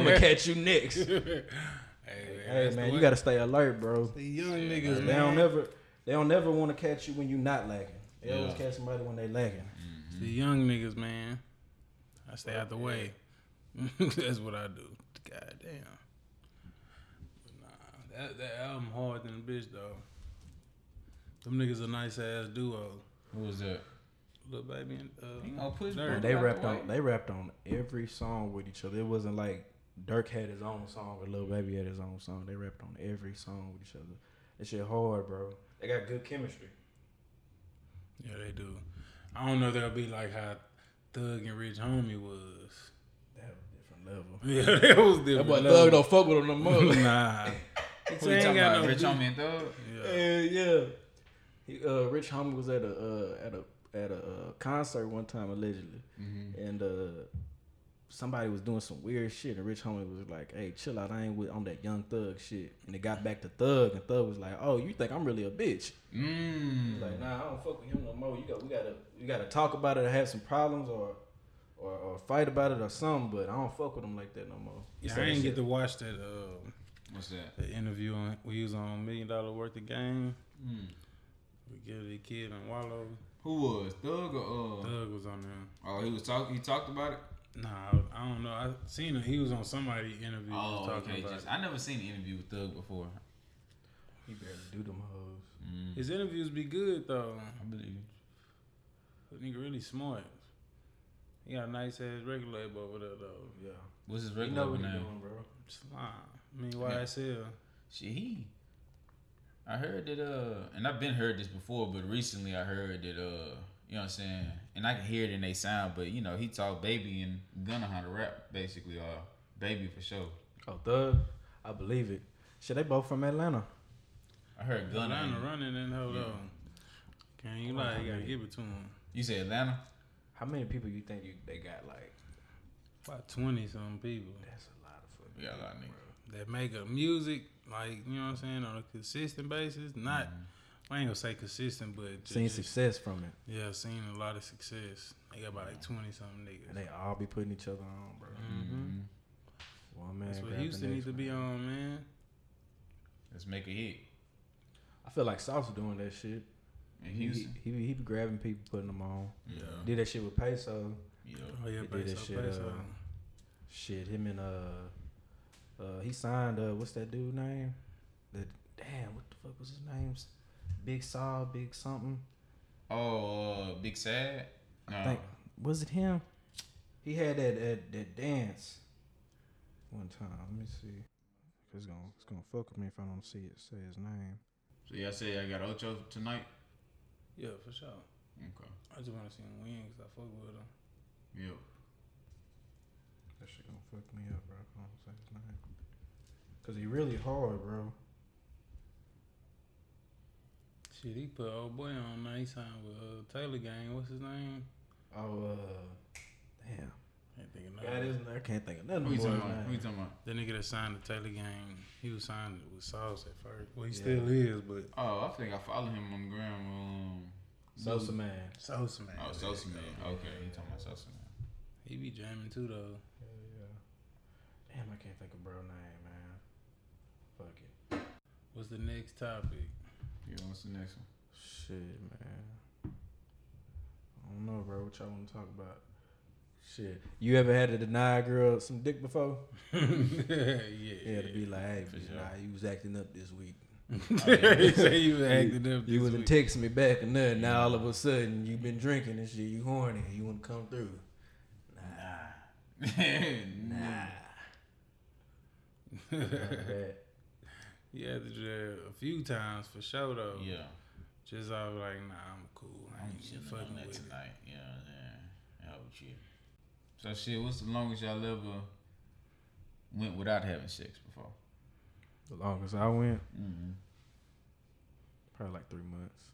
S1: gonna catch you next. hey
S2: that's the
S1: man,
S2: way-
S1: you gotta stay alert, bro.
S2: the young
S1: They
S2: niggas, man.
S1: don't ever, they don't ever want to catch you when you not lacking. They always
S3: Yeah.
S1: catch somebody when they lacking.
S2: It's the young niggas, man. I stay out the way. <laughs> That's what I do. God damn. Nah, that that album hard than a bitch though. Them niggas a nice ass duo.
S3: Who was that?
S2: Little baby and
S3: He
S2: uh,
S3: gonna push
S2: Dirk.
S1: But
S3: bro.
S1: they
S3: out
S1: rapped
S3: the
S1: on,
S3: way.
S1: they rapped on every song with each other. It wasn't like Dirk had his own song or Lil Baby had his own song. They rapped on every song with each other. That shit hard, bro. They got good chemistry.
S2: yeah, they do. I don't know. if They'll be like how Thug and Rich Homie was. <laughs>
S1: That was a different level.
S2: Yeah, that was
S1: <laughs>
S2: different. level. <laughs>
S1: don't fuck with him no <laughs>
S2: nah. ain't
S3: Who you talking
S2: got
S3: about?
S2: no
S3: Rich
S2: beef.
S3: Homie and Thug.
S2: Yeah.
S1: Yeah, yeah. He, uh, Rich Homie was at a uh, at a at a uh, concert one time allegedly,
S3: Mm-hmm.
S1: and uh, somebody was doing some weird shit, and Rich Homie was like, "Hey, chill out, I ain't with on that young thug shit." And it got back to Thug, and Thug was like, "Oh, you think I'm really a bitch?" He's
S3: Mmm.
S1: Like, nah, I don't fuck with him no more. You got we gotta we gotta talk about it, or have some problems, or or, or fight about it, or something. But I don't fuck with him like that no more. He
S2: Yeah,
S1: said
S2: I
S1: that
S2: didn't
S1: shit.
S2: get to watch that uh,
S3: What's that?
S2: the interview on we was on Million Dollar Worth of Game.
S3: Mm.
S2: We give the kid and Wallow.
S3: Who was Thug or? Uh,
S2: Thug was on there.
S3: oh, he was talking. He talked about it.
S2: Nah, I- I don't know. I seen him. He was on somebody interview.
S3: Oh,
S2: was talking
S3: okay.
S2: about
S3: Just I never seen an interview with Thug before.
S1: He barely do them hoes.
S3: Mm.
S2: his interviews be good though.
S3: I believe. you.
S2: The nigga really smart. He got a nice ass record label over there though.
S1: Yeah,
S3: What's his
S1: you
S3: regular
S1: know what he
S3: name?
S1: doing, bro.
S2: Slime. I mean YSL.
S3: Shit, he. I heard that uh, and I've been heard this before, but recently I heard that uh, you know what I'm saying, and I can hear it in they sound, but you know he taught Baby and Gunna how to rap basically, uh, Baby for sure.
S1: Oh, Thug, I believe it. Shit, they both from Atlanta.
S3: I heard Gunna.
S2: Atlanta
S3: and-
S2: running and hold
S3: Yeah.
S2: on. Can you lie? You gotta give it to him.
S3: You said Atlanta?
S1: How many people you think you they got? Like,
S2: About twenty some people
S1: that's a lot of fucking.
S3: We got a lot of niggas.
S2: that make up music like you know what I'm saying on a consistent basis. Not I ain't gonna say consistent, but
S1: Mm. Seen
S2: just-
S1: success from it,
S2: Yeah, I've seen a lot of success. They got about like twenty something
S1: and
S2: niggas.
S1: they all be putting each other on, bro.
S3: Mm-hmm.
S2: hmm
S1: One man.
S2: That's what
S1: grab the
S2: Houston needs
S1: next
S2: to be
S1: man.
S2: on, man.
S3: Let's make a hit.
S1: I feel like Sauce is doing that shit.
S3: In
S1: He, Uh-huh.
S3: Houston.
S1: he be- he be grabbing people, putting them on.
S3: Yeah.
S1: Did that shit with Peso.
S3: Yeah.
S2: Oh
S1: They
S2: yeah,
S1: did
S2: peso,
S1: that shit,
S2: peso.
S1: uh, Shit, him and uh, uh, he signed uh, what's that dude name? The damn, what the fuck was his name? Big Saw, Big something. Uh-huh.
S3: Oh, uh, Big Sad. No.
S1: Think was it him? He had that that, that dance one time. Let me see. It's gonna it's gonna fuck with me if I don't see it say his name.
S3: So y'all say I got Ocho tonight?
S2: Yeah, for sure.
S3: Okay.
S2: I just want to see him win because I fuck with him.
S3: Yep.
S1: That shit gonna fuck me up, bro. If I don't say his name. Cause he really hard, bro.
S2: Shit, he put old boy on now. He signed with uh, Taylor Gang. What's his name?
S1: Oh, uh, damn.
S2: I ain't thinking
S1: God,
S2: that.
S1: isn't I can't think of nothing.
S3: Who you
S1: boy's
S3: talking about?
S1: name.
S3: Who you talking about?
S2: The nigga that signed the Taylor Gang, he was signed with Sauce at first. Well, he
S1: Yeah.
S2: still is, but
S3: Oh, I think I follow him on the gram. Um,
S1: Sosa man.
S2: Sauce man.
S3: Oh, Sosa Man. Okay, you talking about Sosa Man?
S2: He be jamming too though.
S1: Yeah, yeah. Damn, I can't think of bro name, man. Fuck it.
S2: What's the next topic? <laughs>
S3: Yeah, what's the next one? <laughs>
S1: Shit, man. I don't know, bro. What y'all want to talk about? Shit. You ever had to deny a girl some dick before?
S3: <laughs>
S2: yeah,
S1: Yeah, to be like, hey,
S3: for
S1: bitch,
S3: sure.
S1: nah, you was acting up this week.
S2: <laughs> he say you was acting up.
S1: You
S2: this
S1: wasn't
S2: week.
S1: texting me back or nothing. Now all of a sudden you been drinking and shit. You horny. You want to come through? Nah, nah. <laughs>
S2: <laughs> You had to do that a few times for sure though.
S3: Yeah,
S2: Just I was like, nah, I'm cool. I ain't shit fucking with it.
S3: tonight. Yeah, yeah. How with you? So shit, what's the longest y'all ever went without having sex before?
S1: The longest I went,
S3: Mm-hmm.
S1: probably like three months,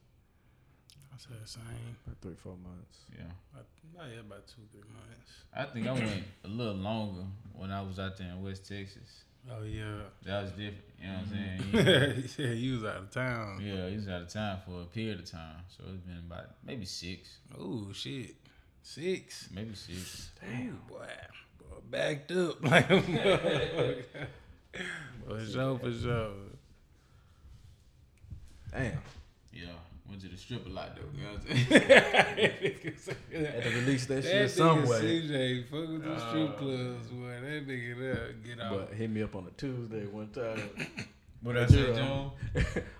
S2: I said the same.
S1: like three four months.
S3: Yeah,
S2: I, not yet about two, three months.
S3: I think I went a little longer when I was out there in West Texas.
S2: Oh <laughs> yeah.
S3: That was different. You know what I'm saying? <laughs> Yeah.
S2: yeah, you was out of town.
S3: Yeah, he was out of town for a period of time, so it's been about maybe six,
S2: Oh shit. Six.
S3: maybe six.
S2: Damn. boy. boy. Backed up <laughs> like a motherfucker. For sure, for sure.
S1: Damn.
S3: Yeah, went to the strip a lot though. You know what I'm saying?
S1: Had to release that,
S2: That
S1: shit
S2: nigga
S1: some way.
S2: CJ fuck with the
S3: Oh.
S2: strip clubs, boy. That nigga there get out.
S1: But hit me up on a Tuesday one
S3: <laughs>
S1: time.
S3: <laughs> What I um,
S1: Yeah.
S3: said, Joe?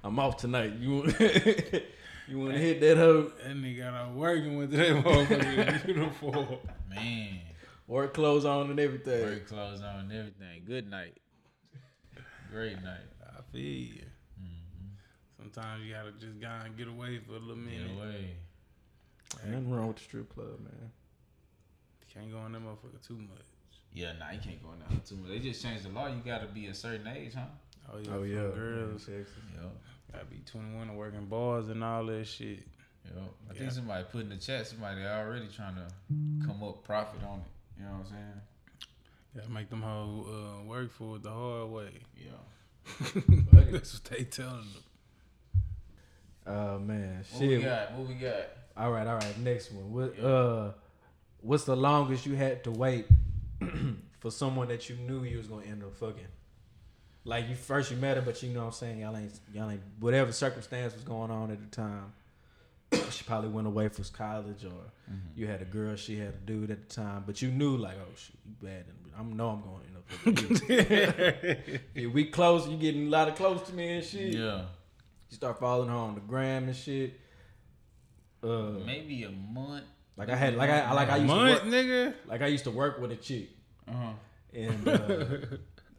S1: I'm off tonight. You want <laughs> you want to hit that hoe?
S2: That nigga got out working with that <laughs> motherfucker in uniform.
S3: Man,
S1: Work clothes on and everything.
S3: work clothes on and everything. Good night. Great night. Mm-hmm.
S2: I feel you. Sometimes you gotta just go and get away for a little
S3: Get
S2: minute.
S3: away.
S1: Ain't Nothing wrong with the strip club, man.
S2: Can't go on that motherfucker too much.
S3: Yeah, nah, you can't go in there too much. They just changed the law. You gotta be a certain age, huh?
S2: Oh yeah, oh, yeah. girls.
S3: Yep.
S2: Gotta be 21 and working bars and all that shit.
S3: Yep. I
S2: Yeah.
S3: think somebody put in the chat. Somebody already trying to come up profit on it. You know what I'm saying?
S2: Gotta make them whole uh, work for it the hard way.
S1: <laughs>
S3: Yeah.
S2: That's what they telling them.
S1: Oh man,
S3: What we
S1: shit.
S3: got? What we got?
S1: All right, all right. Next one. What uh, what's the longest you had to wait <clears throat> for someone that you knew you was gonna end up fucking? Like you first you met her, but you know what I'm saying y'all ain't y'all ain't whatever circumstance was going on at the time. <coughs> she probably went away for college, or you had a girl, she had a dude at the time, but you knew like, oh shit, you bad, and I know I'm going to end up. fucking you. if we close, you getting a lot of close to me and shit.
S3: Yeah.
S1: You start following her on the gram and shit. Uh,
S3: Maybe a month.
S1: like I had, like I, I- like I used
S2: Month,
S1: to work,
S2: nigga.
S1: like I used to work with a chick,
S3: Uh huh.
S1: and uh,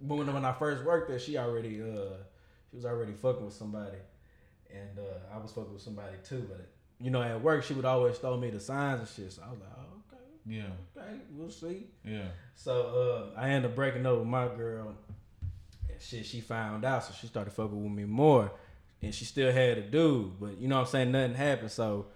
S1: but when when I first worked there, she already uh, she was already fucking with somebody, and uh, I was fucking with somebody too. But you know, at work, she would always throw me the signs and shit. So I was like, oh,
S3: Yeah.
S1: okay, okay, we'll see.
S3: Yeah.
S1: So uh, I ended up breaking up with my girl. And shit, she found out, so she started fucking with me more. And she still had a dude, but you know what I'm saying? Nothing happened. So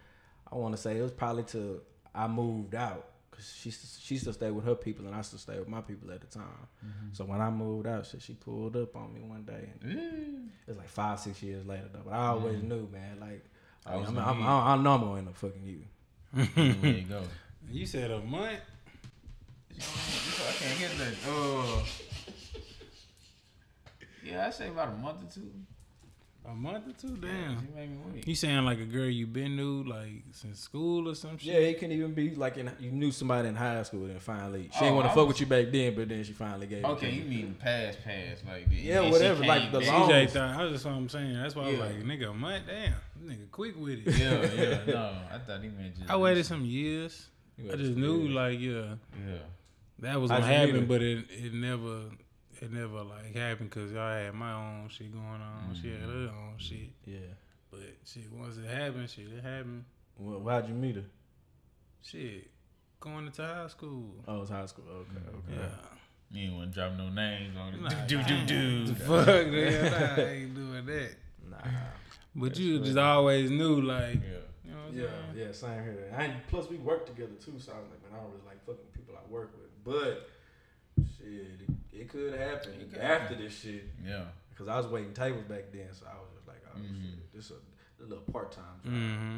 S1: I want to say it was probably till I moved out. Cause she s- she still stayed with her people and I still stayed with my people at the time.
S3: Mm-hmm.
S1: So when I moved out, shit, she pulled up on me one day, and
S3: Mm.
S1: it was like five six years later though. But I always knew, man. Like I,
S3: I was
S1: am
S3: gonna
S1: I'm,
S3: be-
S1: I, I know I'm gonna end up fucking you.
S3: There
S1: Mm-hmm.
S3: you go.
S2: <laughs> You said a month?
S3: I can't get that. Oh. Yeah, I say about a month or two.
S2: A month or two?
S3: Yeah,
S2: Damn.
S3: She made me wait.
S2: You saying like a girl you been to like since school or some
S1: Yeah,
S2: shit?
S1: it can even be like in, you knew somebody in high school and finally she
S3: Oh,
S1: didn't want
S3: I
S1: to fuck
S3: was-
S1: with you back then, but then she finally gave. it
S3: Okay,
S1: to
S3: you
S1: you.
S3: mean past, past, like the,
S1: Yeah,
S3: and she
S1: whatever,
S3: came
S1: like the
S3: back.
S1: long-
S2: CJ thought I was just what I'm saying. That's why I was
S3: Yeah.
S2: like, nigga, a month? Damn. Nigga quick with it.
S3: Yeah, yeah, no, I thought he meant just.
S2: I waited some years. I just knew like yeah,
S3: Yeah.
S2: that was
S1: I
S2: gonna
S1: just knew that.
S2: happen, but it it never it never like happened because y'all had my own shit going on. She had her own shit,
S1: Yeah.
S2: but shit once it happened, shit it happened.
S1: Well, why'd you meet her?
S2: Shit, going into high school.
S1: Oh, it's high school. Okay. Okay.
S2: Yeah.
S3: You ain't want to drop no names on <laughs>
S2: Nah,
S3: it. Do, do, do, do.
S2: Fuck, nigga, nah, I ain't doing that.
S1: Nah.
S2: But you just always knew, like,
S3: Yeah.
S2: you know what I'm
S1: Yeah.
S2: saying?
S1: Yeah. Same here. I ain't, plus we work together too, so I was like, man, I don't really like fucking people I work with, but. Shit, it, it could happen after this shit.
S3: Yeah.
S1: Cause I was waiting tables back then, so I was just like, "Oh shit, this a, this a little part time job."
S2: Mm-hmm.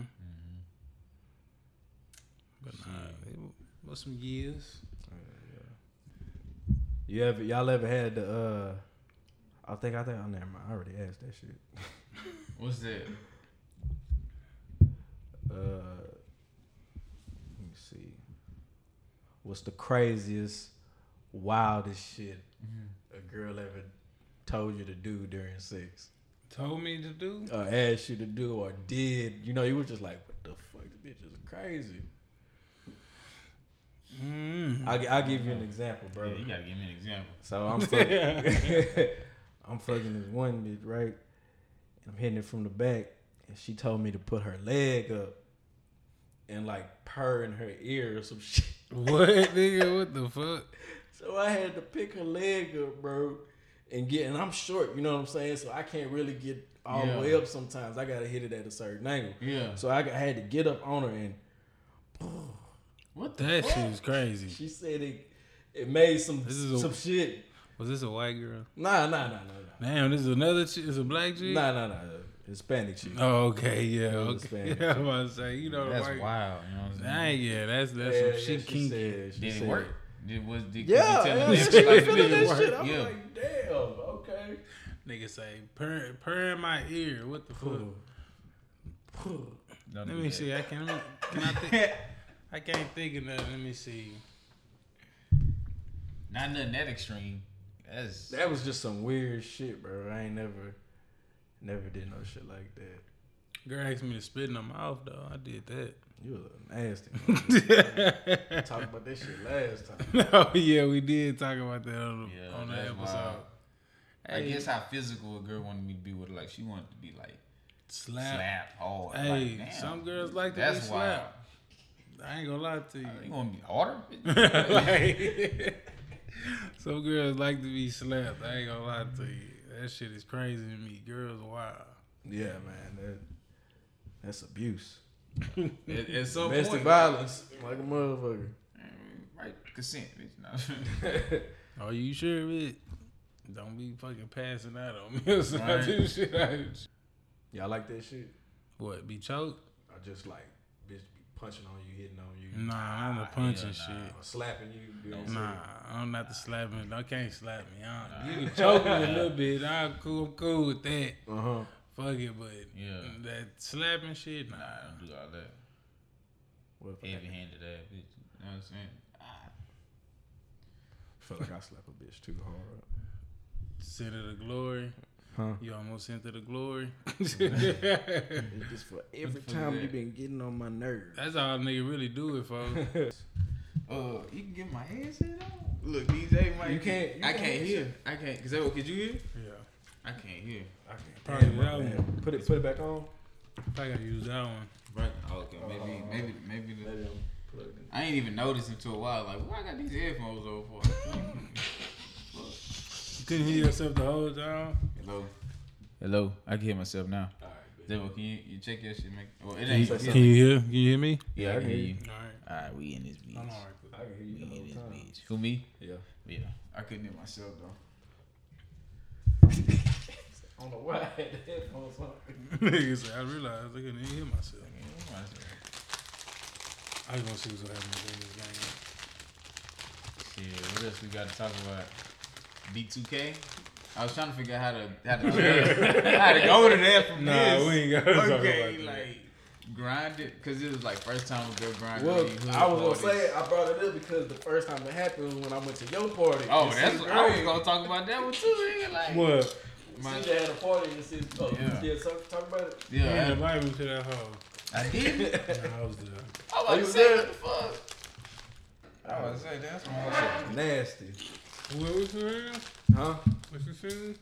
S2: But nah, it was some years.
S1: You ever y'all ever had the uh I think I think oh never mind, I already asked that shit.
S3: What's that?
S1: Uh let me see. What's the craziest, wildest shit
S3: Mm-hmm.
S1: a girl ever told you to do during sex?
S2: Told me to do.
S1: Or asked you to do or did. You know, you was just like, What the fuck? This bitch is crazy.
S2: Mm.
S1: I I'll give you an example, bro.
S3: Yeah, you gotta give me an example.
S1: So I'm fucking, <laughs> I'm fucking this one bitch, right? And I'm hitting it from the back, and she told me to put her leg up and like purr in her ear or some <laughs> shit.
S2: <laughs> What, nigga? What the fuck?
S1: So I had to pick her leg up, bro, and get. And I'm short, you know what I'm saying? So I can't really get all
S3: Yeah.
S1: the way up. Sometimes I gotta hit it at a certain angle.
S3: Yeah.
S1: So I, got- I had to get up on her, and <sighs>
S3: What the
S2: That
S3: fuck?
S2: shit was crazy.
S1: she said it. It made some
S2: This is a-
S1: some shit.
S2: Was this a white girl?
S1: Nah, nah, nah, nah, nah,
S2: Damn, this is another chick. It's a black chick.
S1: nah, nah, nah. Hispanic shit.
S2: Oh, okay, yeah,
S1: was
S2: okay.
S1: Spanish.
S2: <laughs> Yeah, I was about to say, you know,
S3: That's
S2: white.
S3: wild. You know what I'm saying?
S2: Dang, yeah, that's that's some shit kinky.
S1: Said, she
S3: Did it
S1: said-
S3: work? Did was did,
S1: Yeah,
S3: could you
S1: yeah, she
S3: tell them
S1: was
S3: that shit
S1: feeling that
S3: worked?
S1: shit. I'm
S3: yeah.
S1: like, damn, okay.
S2: Nigga say, purr, purr in my ear. What the fuck?
S3: Don't
S2: Let
S3: do
S2: me
S3: that.
S2: see. I can't. Can I, think, I can't think of nothing. Let me see.
S3: Not nothing that extreme. That's
S1: That was just some weird shit, bro. I ain't never, never did no shit like that.
S2: Girl asked me to spit in her mouth though. I did
S3: <laughs>
S1: You was a nasty. <laughs>
S2: that.
S1: Talk about that shit last time.
S2: no, yeah, we did talk about that on the,
S3: Yeah,
S2: on the
S3: that's
S2: episode.
S3: wild. I
S2: Hey.
S3: guess how physical a girl wanted me to be with like she wanted to be like
S2: Slap.
S3: slap hard.
S2: Hey,
S3: like, damn,
S2: some girls like to
S3: that's
S2: be
S3: wild.
S2: slapped. I ain't gonna lie to you.
S3: You gonna be
S2: <laughs>
S3: harder?
S2: like, <laughs> some girls like to be slapped. I ain't gonna lie to you. That shit is crazy to me. Girls wild.
S1: Yeah, man. That, that's abuse.
S3: at, at some
S1: Domestic
S3: point,
S1: violence, like a <laughs> motherfucker.
S3: right? Consent, <laughs> bitch.
S2: Are you sure of it? Don't be fucking passing out on me or some
S3: Right.
S2: other <laughs> shit. I-
S1: Y'all like that shit?
S2: What, be choked?
S1: Or just like bitch be punching on you, hitting on you,
S2: Nah, I'm the punching
S3: hell nah.
S2: shit.
S1: or slapping you? during
S2: Nah,
S1: sex?
S2: I'm not the slapping. I can't slap me. I don't, you can <laughs> choke me a little bit. I'm cool, I'm cool with that.
S1: Uh-huh.
S2: Fuck it, but
S3: Yeah.
S2: that slapping shit, nah.
S3: Nah, I don't do all that.
S1: What if I-
S3: Heavy handed ass bitch. You know what I'm saying? Ah,
S1: felt like I slapped a bitch too
S3: <laughs>
S1: hard.
S2: Send her the glory.
S1: Huh?
S2: You almost sent her the glory. <laughs>
S1: It's just for every
S3: for
S1: time
S3: that.
S1: you've been getting on my nerves.
S2: That's all nigga really do it <laughs> for.
S3: Uh, you can get my headset on. Look, DJ Mike.
S1: You can't- you
S3: I
S1: can't
S3: can't
S1: hear.
S3: hear. I can't. Cause that, could you hear?
S2: Yeah.
S3: I can't hear.
S2: Probably that
S1: Damn,
S2: one.
S1: Put it put it back on.
S2: I gotta use that one.
S3: Right. oh, okay. Maybe. Maybe. Maybe. The, I ain't even noticed until a while. Like, why I got these headphones on for? <laughs>
S2: You couldn't hear yourself the whole time?
S3: Hello. Hello. I can hear myself now.
S1: All
S3: Zebo, can you, you check your shit? Make. Well, it
S2: Can
S3: ain't.
S2: you,
S1: something.
S2: can you hear? Can you hear me?
S3: yeah, I can hear you.
S2: All right.
S3: All right, we in this beach.
S2: I'm all right with
S1: I can hear
S3: We
S1: you the
S3: in this
S1: whole time.
S3: beach. Who me?
S1: Yeah.
S3: Yeah. I couldn't hear myself though.
S1: I don't know why I had the headphones on.
S2: that. <laughs> Nigga said, I realized I couldn't hear myself.
S3: I can't hear myself.
S2: I was gonna see what's gonna happen in this game.
S3: Shit, what else we got to talk about? B2K. I was trying to figure out how to how
S2: <laughs>
S3: to, how to go to that from
S2: Nah,
S3: this.
S2: we ain't gotta talk
S3: okay,
S2: about that.
S3: like grind it because it was like first time with Bill Grind.
S1: Well, I was gonna say I brought it up because the first time it happened was when I went to your party.
S3: Oh,
S1: in
S3: that's
S1: sixth
S3: what I was
S1: grade.
S3: gonna talk about that one too. nigga, Like,
S2: What?
S3: my-
S1: CJ had a party and said, "Oh,
S3: Yeah.
S1: yeah, talk, talk about it."
S2: You ain't
S3: yeah,
S2: invited me to that hoe.
S3: I, I did.
S1: <laughs>
S2: Nah, I was there.
S3: I
S1: Oh,
S3: was about
S1: you
S3: to
S1: was
S3: say
S1: there?
S3: what the fuck.
S2: I was say that's my
S1: Nasty.
S2: What was it?
S1: Huh?
S2: What you seen?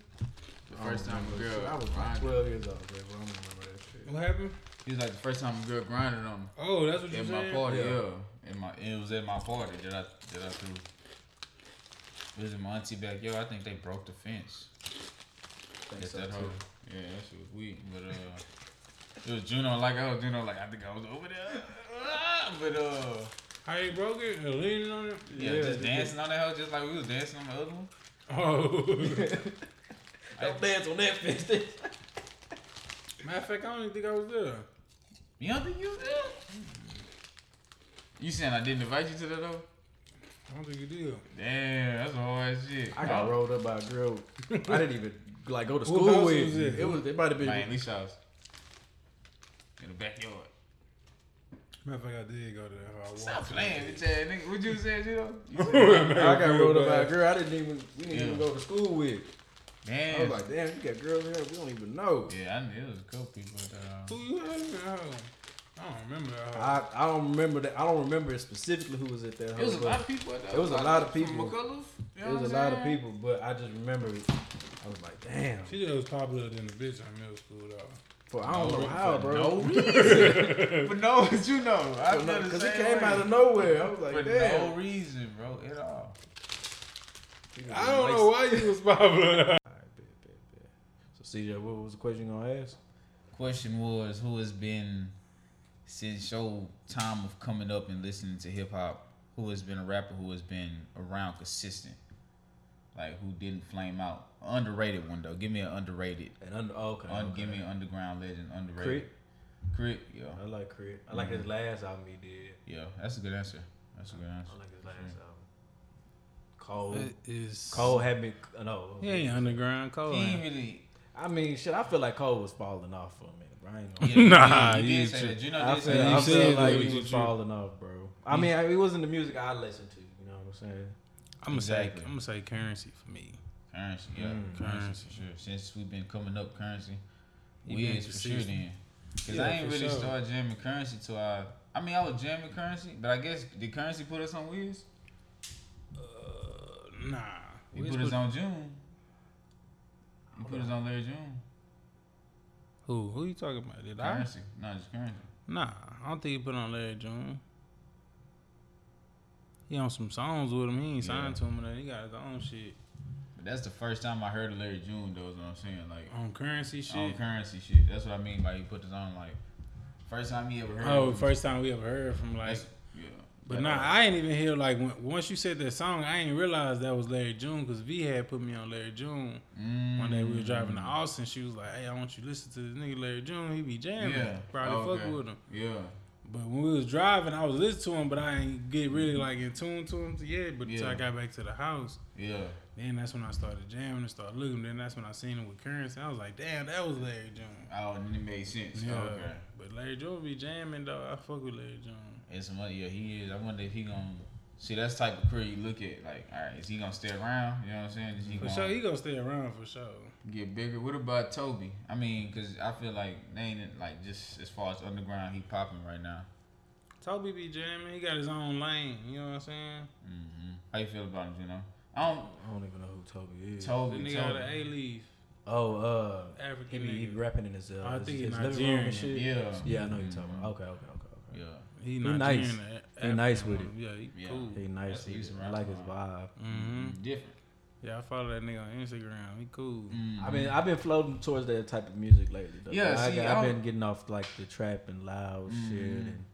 S3: The first time a girl,
S1: I was like
S3: grinded.
S1: 12 years old, bro. I don't remember that shit.
S2: What happened?
S3: He was like the first time a girl grinded on me.
S2: Oh, that's what you
S3: At my
S2: said.
S3: party,
S1: Yeah.
S3: yeah. At my, it was at my party that I that I threw. It was in my auntie backyard. I think they broke the fence.
S1: Think
S3: At
S1: so,
S3: that
S1: too.
S3: hole. Yeah, that shit was weak. But uh, it was Juno. Like I was Juno. Like I think I was over there. Ah, But uh,
S2: How you broke it? And leaning on it?
S3: yeah,
S1: Yeah,
S3: just
S1: they
S3: dancing on that hoe, just like we was dancing on the other one.
S2: Oh. <laughs>
S3: <laughs>
S1: Don't dance on that fence.
S2: Matter of fact, I don't even think I was there.
S3: You don't think you was there? You saying I didn't invite you to that though?
S2: I don't think you did.
S3: Damn, that's hard shit.
S1: I got rolled up by a girl. Oh. I didn't even like go to
S2: Who
S1: school
S2: house
S1: with.
S2: was
S1: it.
S2: it?
S1: it was. It might have been.
S3: Man, these house. In the backyard.
S2: Matter of fact, I did go to that. I walked
S3: Stop
S2: to
S3: playing,
S2: that.
S3: bitch ass nigga. What you said, <laughs> you know? You said-
S1: I got rolled up by a girl. I didn't even. We didn't even
S3: Yeah.
S1: go to school with. I
S3: Damn.
S1: was like, damn, you got girls here. We don't even know.
S3: yeah, I knew it was a couple people that.
S2: Who
S3: Um,
S2: you had? in that house? I don't remember that. house.
S1: I, I don't remember that. I don't remember specifically who was at that.
S3: it
S1: house,
S3: was a
S1: but
S3: lot of people. That
S1: It was a lot of people.
S3: McCullough, you know
S1: It
S3: what
S1: was a
S3: I'm
S1: lot of
S3: saying?
S1: people, but I just remember. it. I was like, damn.
S2: She just was popular than the bitch in middle school though.
S1: For I don't know
S3: For
S1: how, bro. <laughs>
S3: No reason. but no, <laughs> but you know. I feel the
S1: Because it
S3: same
S1: came
S3: way.
S1: out of nowhere. I was
S3: For
S1: like,
S3: no
S1: damn.
S3: reason, bro, at all.
S2: I don't know why you was <laughs> popular.
S1: All right, bet, bet, bet. So CJ, what was the question you gonna ask?
S3: Question was, who has been since your time of coming up and listening to hip hop? Who has been a rapper who has been around consistent? Like who didn't flame out? Underrated one though. Give me an underrated.
S1: And under, oh, okay,
S3: Un-
S1: okay.
S3: Give me an underground legend. Underrated.
S1: Crit.
S3: Crit. Yeah.
S1: I like Crit. I like
S3: Mm-hmm.
S1: his last album he did.
S3: Yeah. That's a good answer. That's a good answer.
S1: I like his
S3: for
S1: last
S3: sure.
S1: album. Cole.
S2: is
S1: Cole had me. uh, No.
S2: He ain't underground cold.
S3: He
S2: <laughs>
S3: ain't really.
S1: I mean, shit. I feel like Cole was falling off for a minute, bro. I ain't gonna.
S3: Yeah,
S2: Nah,
S3: you,
S2: you
S3: did say
S2: tri-
S3: that. You know,
S1: I
S3: did
S1: feel,
S3: say
S2: Yeah,
S1: I
S2: you
S3: that.
S1: feel
S2: said
S1: like
S2: that
S1: he
S2: was
S1: was
S2: you.
S1: falling off, bro. I mean, I, it wasn't the music I listened to. You know what I'm saying?
S2: I'm gonna say
S3: Exactly.
S2: I'm gonna say currency for me.
S3: Currency. Yeah.
S1: Mm.
S3: Currency
S2: Currency.
S3: for sure. Since we've been coming up, currency.
S2: He
S3: We
S2: been
S3: is for sure
S2: consistent.
S3: then. Cause
S2: Yeah,
S3: I ain't
S2: for
S3: really
S2: sure.
S3: start jamming currency till I. I mean, I was jamming currency, but I guess did currency put us on Wiz?
S2: Uh, nah.
S3: He
S2: Wiz
S3: put us on June. He put us on Larry June.
S2: Who? Who you talking about? Did I?
S3: Currency, not just currency.
S2: Nah, I don't think he put on Larry June. He on some songs with him. He ain't signed to
S3: Yeah.
S2: him. or nothing. He got his own shit
S3: But that's the first time I heard of Larry June. Though is what I'm saying. Like
S2: on currency shit.
S3: on currency shit. That's what I mean by he put us on. Like first time he ever heard.
S2: oh,
S3: of him.
S2: first time we ever heard from like.
S3: That's- yeah.
S2: But
S3: Like,
S2: nah,
S3: uh,
S2: I ain't even hear like when, once you said that song, I ain't realized that was Larry June because V had put me on Larry June. One day we were driving to
S3: mm,
S2: Austin, she was like, "Hey, I want you to listen to this nigga Larry June. He be jamming.
S3: Yeah. Oh,
S2: Probably
S3: Okay.
S2: fuck with him."
S3: Yeah.
S2: But when we was driving, I was listening to him, but I ain't get really like in tune to him yet. But until I
S3: Yeah.
S2: got back to the house,
S3: Yeah.
S2: then that's when I started jamming and started looking. Then that's when I seen him with Currency. I was like, "Damn, that was Larry June."
S3: Oh, and it made sense.
S2: Yeah.
S3: Okay.
S2: But Larry June be jamming though. I fuck with Larry June.
S3: It's money. Yeah, he is. I wonder if he gonna see that's the type of career you look at. Like, all right, is he gonna stay around? You know what I'm saying? Is he
S2: For
S3: gonna
S2: sure, he gonna stay around for sure.
S3: get bigger? What about Toby? I mean, cause I feel like they ain't like just as far as underground, he popping right now.
S2: Toby be jamming. He got his own lane. You know what I'm saying?
S3: hmm How you feel about him? You know, I don't.
S1: I don't even know who Toby is.
S2: The
S3: Toby,
S2: nigga out of
S3: Toby.
S2: A Leaf,
S1: oh, uh, he
S2: African
S1: be he
S2: nigga.
S1: rapping in his. Uh,
S2: I
S1: his-
S2: think he
S1: his living room
S2: Nigerian.
S1: and shit.
S3: Yeah.
S1: Yeah, I know who you're talking
S3: Mhm.
S1: about. Okay, okay, okay,
S3: Yeah.
S1: okay.
S2: He,
S1: nice.
S2: Nigerian, a-
S1: He nice
S2: African
S1: with
S2: one. Yeah, he
S3: Yeah.
S2: cool.
S1: He nice.
S3: That's what he
S1: with
S3: used
S1: it.
S3: to
S1: I
S3: rap
S1: like his
S3: about.
S1: vibe.
S2: hmm
S3: Different.
S2: Yeah, I follow that nigga on Instagram. He cool.
S1: I mean, I've been floating towards that type of music lately. Though.
S3: Mm-hmm. Yeah,
S1: Like, I,
S3: see,
S1: got- I've
S3: I'm-
S1: been getting off like the trap and loud shit
S3: Mhm.
S1: and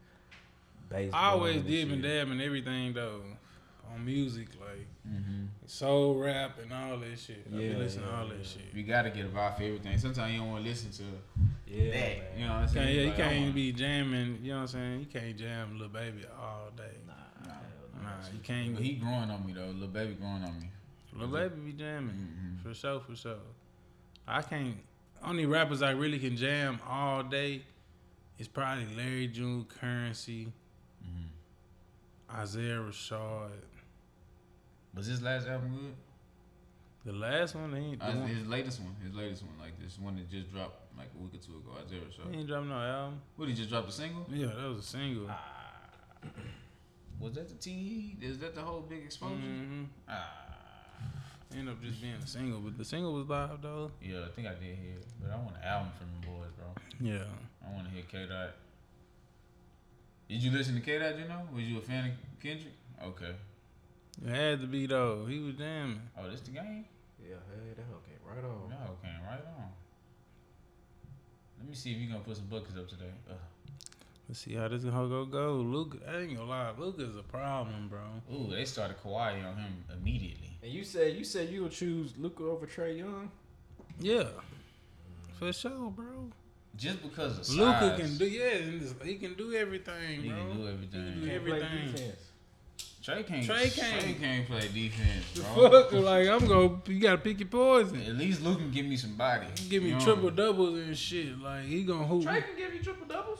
S1: bass.
S2: I always
S1: did
S2: dib and dab in everything though, on music like
S3: Mm-hmm.
S2: soul rap and all that shit. I
S1: Yeah,
S2: be listening to
S1: yeah,
S2: all
S1: yeah.
S2: that shit.
S3: You gotta get a vibe for everything. Sometimes you don't want to listen to
S1: Yeah,
S3: that.
S1: man.
S3: You know what I'm
S2: You
S3: saying?
S2: can't, yeah, you
S3: Like, I
S2: can't even
S3: wanna-
S2: be jamming. You know what I'm saying? You can't jam little baby all day.
S1: Nah,
S3: Nah.
S1: hell no.
S2: Nah, you can't.
S3: But he growing on me though. Little baby growing on me.
S2: Lil Baby be jamming.
S3: Mm-hmm.
S2: For sure, for sure. I can't. Only rappers I really can jam all day is probably Larry June, Currency,
S3: Mm-hmm.
S2: Isaiah Rashad.
S3: Was his last album good?
S2: The last one, he ain't, the
S3: Uh, his-
S2: one-
S3: his latest one, his latest one, like this one that just dropped like a week or two ago. Isaiah Rashad.
S2: he ain't dropped no album.
S3: What he just dropped a single?
S2: Yeah, that was a single.
S3: Was that the TE? Is that the whole big exposure?
S2: Mm-hmm.
S3: Ah,
S2: Ended up just being a single, but the single was live though.
S3: yeah, I think I did hear, it, but I want an album from the boys, bro.
S2: Yeah.
S3: I want to hear K Dot. Did you listen to K Dot? You know, was you a fan of Kendrick? Okay.
S2: It had to be though. He was damn.
S3: Oh, this the game?
S1: Yeah, hey, that okay, right on.
S3: No, okay, right on. Let me see if you gonna put some buckets up today. Ugh.
S2: Let's see how this gonna go. go. Luke, I ain't gonna lie. Luke is a problem, bro.
S3: Ooh, they started Kawhi on him immediately.
S1: And you said you said you would choose Luca over Trey Young.
S2: Yeah. For sure, bro.
S3: Just because of size.
S2: Luca can do yeah, and this- he can do everything,
S3: He
S2: bro.
S3: can do
S2: <laughs> He can
S3: everything.
S2: Everything.
S3: Trey can't.
S2: Trey
S3: Trey
S2: can't.
S3: can't. Trey can't play defense,
S2: The
S3: bro.
S2: fuck, like I'm gonna, you gotta pick your poison.
S3: At least Luke can give me some body.
S2: He Give me
S3: You know?
S2: triple doubles and shit. Like he gonna hoop
S1: can give you triple doubles.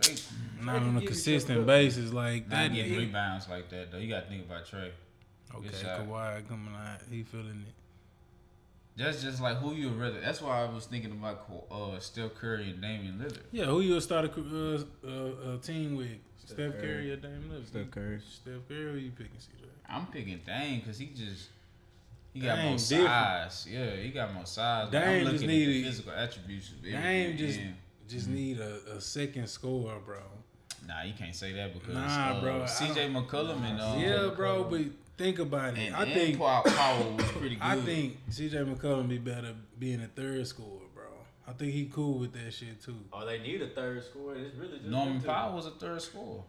S3: Trey
S2: not
S1: Trey can
S2: on a
S1: give you
S2: consistent
S1: triple
S2: basis. Like
S3: not
S2: that.
S3: getting
S2: nigga-
S3: rebounds like that though. You got to think about Trey.
S2: Okay,
S3: Good shot.
S2: Kawhi coming out, he feeling it.
S3: That's just like who you would rather. That's why I was thinking about Ka- uh, Steph Curry and Damian Lillard.
S2: Yeah, who you start a uh, uh, uh, team with? Steph,
S1: Curry.
S2: Curry or Dame Lillard?
S1: Steph Curry.
S2: Steph Curry, who you picking? CJ?
S3: I'm picking Dane because he just he got
S2: Dame
S3: more
S2: different.
S3: size. Yeah, he got more size. but
S2: Dame just
S3: I'm looking at the
S2: needed-
S3: physical attributes. Of
S2: Dame
S3: everything.
S2: just
S3: Yeah.
S2: just need a, a second scorer, bro.
S3: nah, you can't say that because
S2: Nah,
S3: uh,
S2: bro, I
S3: CJ McCullum and uh,
S2: yeah, bro, but think about it.
S3: and,
S2: I
S3: and
S2: think
S3: Paul Powell was pretty
S2: <coughs>
S3: good.
S2: I think CJ McCollum be better being a third scorer, bro. I think he cool with that shit too.
S1: Oh, they need a third scorer. It's really just
S3: Norman
S1: them two.
S3: Powell was a third scorer.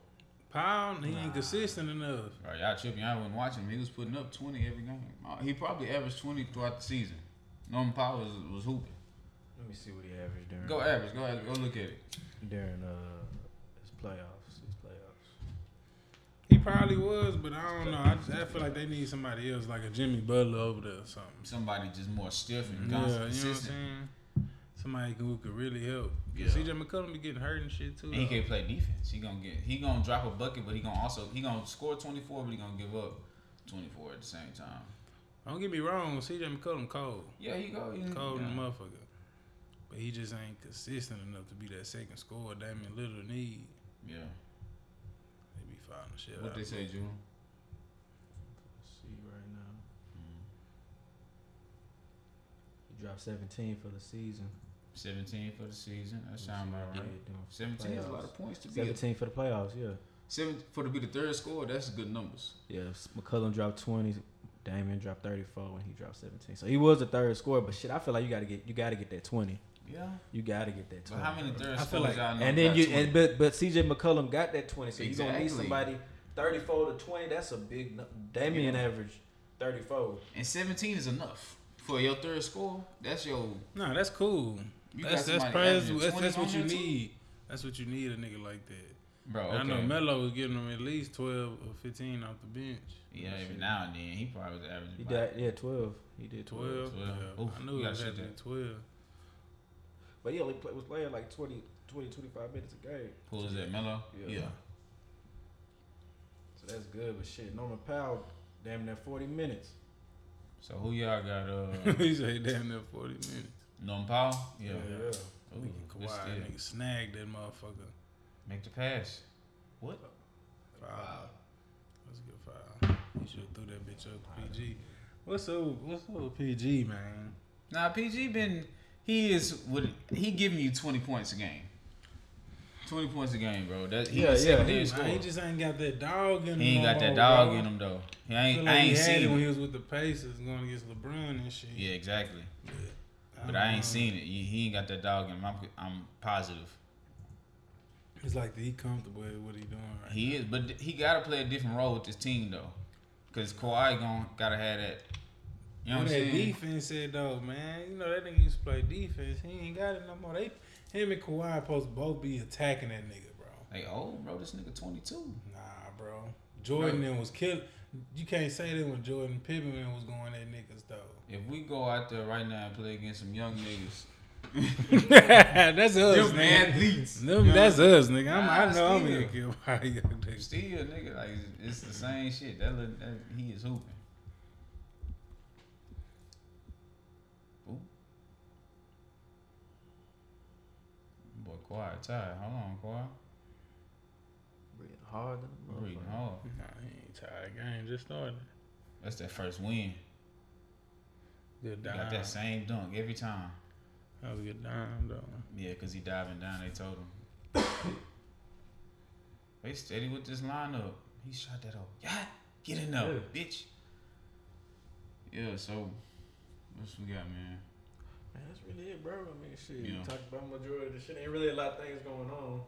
S2: Pound, he ain't consistent enough.
S3: Bro, y'all tripping. Y'all wasn't watching him. He was putting up 20 every game. Uh, He probably averaged 20 throughout the season. Norman Powell was, was hooping.
S1: Let me see what he averaged during
S3: Go average. Go average. Go look at it.
S1: during uh his playoffs. His playoffs.
S2: He probably was, but I don't know. I, just, I feel like they need somebody else, like a Jimmy Butler over there or something.
S3: Somebody just more stiff
S2: Mm-hmm.
S3: and
S2: Yeah, you know
S3: constant,
S2: what I'm
S3: consistent.
S2: saying? Somebody who could really help. 'Cause
S3: Yeah.
S2: CJ McCollum be getting hurt and shit too.
S3: And he
S2: though.
S3: can't play defense. He gonna get. He gonna drop a bucket, but he gonna also he gonna score 24, but he gonna give up 24 at the same time.
S2: Don't get me wrong, CJ McCollum cold.
S3: Yeah, he go. He,
S2: Cold
S3: Mm-hmm. yeah.
S2: and motherfucker. But he just ain't consistent enough to be that second scorer Damian Little need.
S3: Yeah.
S2: They be fouling the shit
S3: What
S2: out.
S3: they say, June?
S1: Let's see right now. He dropped 17 for the season.
S3: 17 for the season. That sound about
S1: Yeah,
S3: right.
S1: doing
S3: 17 is a lot
S1: playoffs.
S3: of points to be. A,
S1: 17 for the playoffs. Yeah.
S3: seven for to be the third scorer. That's good numbers.
S1: Yeah, s- McCullum dropped twenty. Damon dropped thirty four when he dropped seventeen. So he was the third scorer, but shit, I feel like you gotta get you gotta get that twenty.
S3: Yeah.
S1: You gotta get that
S3: But
S1: twenty.
S3: how many
S1: bro.
S3: third
S2: I feel
S3: scorers
S2: like-
S3: y'all know?
S1: And then
S3: got
S1: you
S3: 20?
S1: and but but CJ McCullum got that twenty, so you gonna need
S3: Exactly.
S1: somebody thirty four to twenty. That's a big. nu- Damian
S3: Yeah.
S1: average thirty four.
S3: And 17 is enough for your third score. That's your.
S2: No, that's cool.
S3: You
S2: that's that's
S3: got somebody
S2: praise.
S3: averaging
S2: That's,
S3: 20
S2: that's what
S3: on
S2: you
S3: there, too?
S2: need. That's what you need a nigga like that.
S3: Bro, Oh, okay.
S2: And I know Melo was getting him at least twelve or fifteen off the bench.
S3: Yeah, every now and then he probably was averaging.
S1: He
S3: about-
S1: did yeah twelve. He did twelve.
S2: Twelve.
S3: 12.
S2: Yeah.
S3: Oof,
S2: I
S3: you
S2: knew it
S3: gotta
S2: was
S3: shoot
S2: at
S3: that.
S2: twelve.
S1: But he only play, was playing like 20, 20, 25 minutes a game.
S3: Who is that, Melo?
S1: Yeah.
S3: yeah.
S1: So that's good. But shit, Norman Powell, damn near forty minutes.
S3: So who y'all got? Uh,
S2: <laughs>
S3: <laughs>
S2: he said damn near forty minutes.
S3: Norm Powell. Yeah. Ooh,
S2: Nigga Kawhi,
S3: this
S2: that
S3: kid.
S2: nigga snagged that motherfucker.
S3: Make the pass. What?
S2: Foul. Let's get foul. He should have threw that bitch up to PG. What's up? What's up, with PG man?
S3: Nah, PG been he is what he giving you twenty points a game. Twenty points a game, bro. That he
S1: Yeah,
S3: yeah,
S1: yeah,
S3: yeah,
S2: Nah,
S3: he,
S2: he just ain't got that dog in him.
S3: ain't
S2: no
S3: got that
S2: more,
S3: dog
S2: bro.
S3: in him though. He
S2: I
S3: ain't
S2: feel
S3: I
S2: like
S3: ain't
S2: he had it
S3: seen
S2: when
S3: it.
S2: he was with the Pacers going against LeBron and shit.
S3: Yeah, exactly.
S2: don't
S3: But I
S2: know.
S3: ain't seen it. He, he ain't got that dog in him. I'm, I'm positive.
S2: It's like he comfortable with what he doing right
S3: He is, but he got to play a different role with this team though, because Kawhi gon' gotta have that. You know what I'm
S2: that
S3: saying?
S2: defense said though, man, you know that nigga used to play defense. He ain't got it no more. They him and Kawhi supposed to both be attacking that nigga, bro.
S3: Like, oh, bro, this nigga 22.
S2: Nah, bro. Jordan then was killing. You can't say that when Jordan Pippen then was going at niggas though.
S3: If we go out there right now and play against some young niggas,
S2: <laughs> <laughs> that's us,
S3: them
S2: nigga.
S3: athletes,
S2: Them- that's us, nigga. I'm, I
S3: Nah,
S2: know I'm
S3: still.
S2: gonna kill by you, nigga.
S3: Still, nigga, like it's the same shit. That, little, that he is hooping. Ooh. Boy, quiet, tired. Hold on, quiet.
S1: Breathing hard.
S3: Breathing hard.
S2: Nah, he ain't tired. Game just started.
S3: That's that first win.
S2: Good
S3: Got
S2: dime.
S3: that same dunk every time.
S2: That was a good dime though.
S3: Yeah, cause he diving down. They told him. they steady with this lineup. He shot that up. Yeah, get in there, bitch. Yeah. So, what's we got, man?
S1: Man, that's really it, bro. I mean, shit.
S3: Yeah.
S1: You talk about majority of the shit. Ain't really a lot of things going on.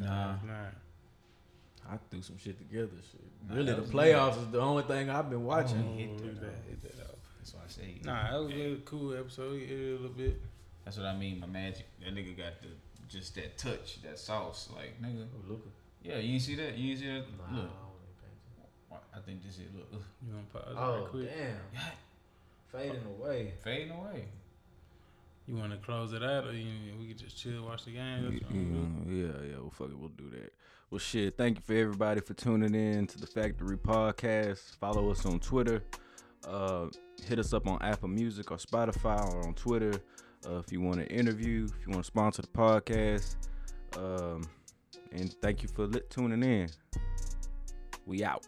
S3: Nah.
S2: it's not.
S1: I threw some shit together. Shit.
S3: Nah,
S1: really,
S3: that
S1: the
S3: was Mm-hmm.
S1: playoffs is the only thing I've been watching.
S2: Oh,
S3: Hit that
S2: look at
S3: off.
S2: that, hit that off.
S3: That's why I say.
S2: Nah, that was a cool episode. He ate it a little bit.
S3: That's what I mean. My magic. That nigga got the just that touch, that sauce. Like nigga.
S1: Oh, Luka.
S3: Yeah, you ain't see that. You ain't see that.
S1: Nah,
S3: Look, I think this is look ugh,
S2: You want to pause
S1: I
S2: it
S1: don't think
S2: right
S1: so. Oh damn,
S2: quick?
S1: fading away.
S3: fading away.
S2: You want to close it out, or you, we could just chill, watch the game? That's what I'm doing.
S1: Yeah, Mm-hmm. yeah, well, fuck it, we'll do that. Well, shit, thank you for everybody for tuning in to the Factory Podcast. Follow us on Twitter. Uh, hit us up on Apple Music or Spotify or on Twitter. Uh, if you want to interview, if you want to sponsor the podcast. Um, and thank you for li- tuning in. We out.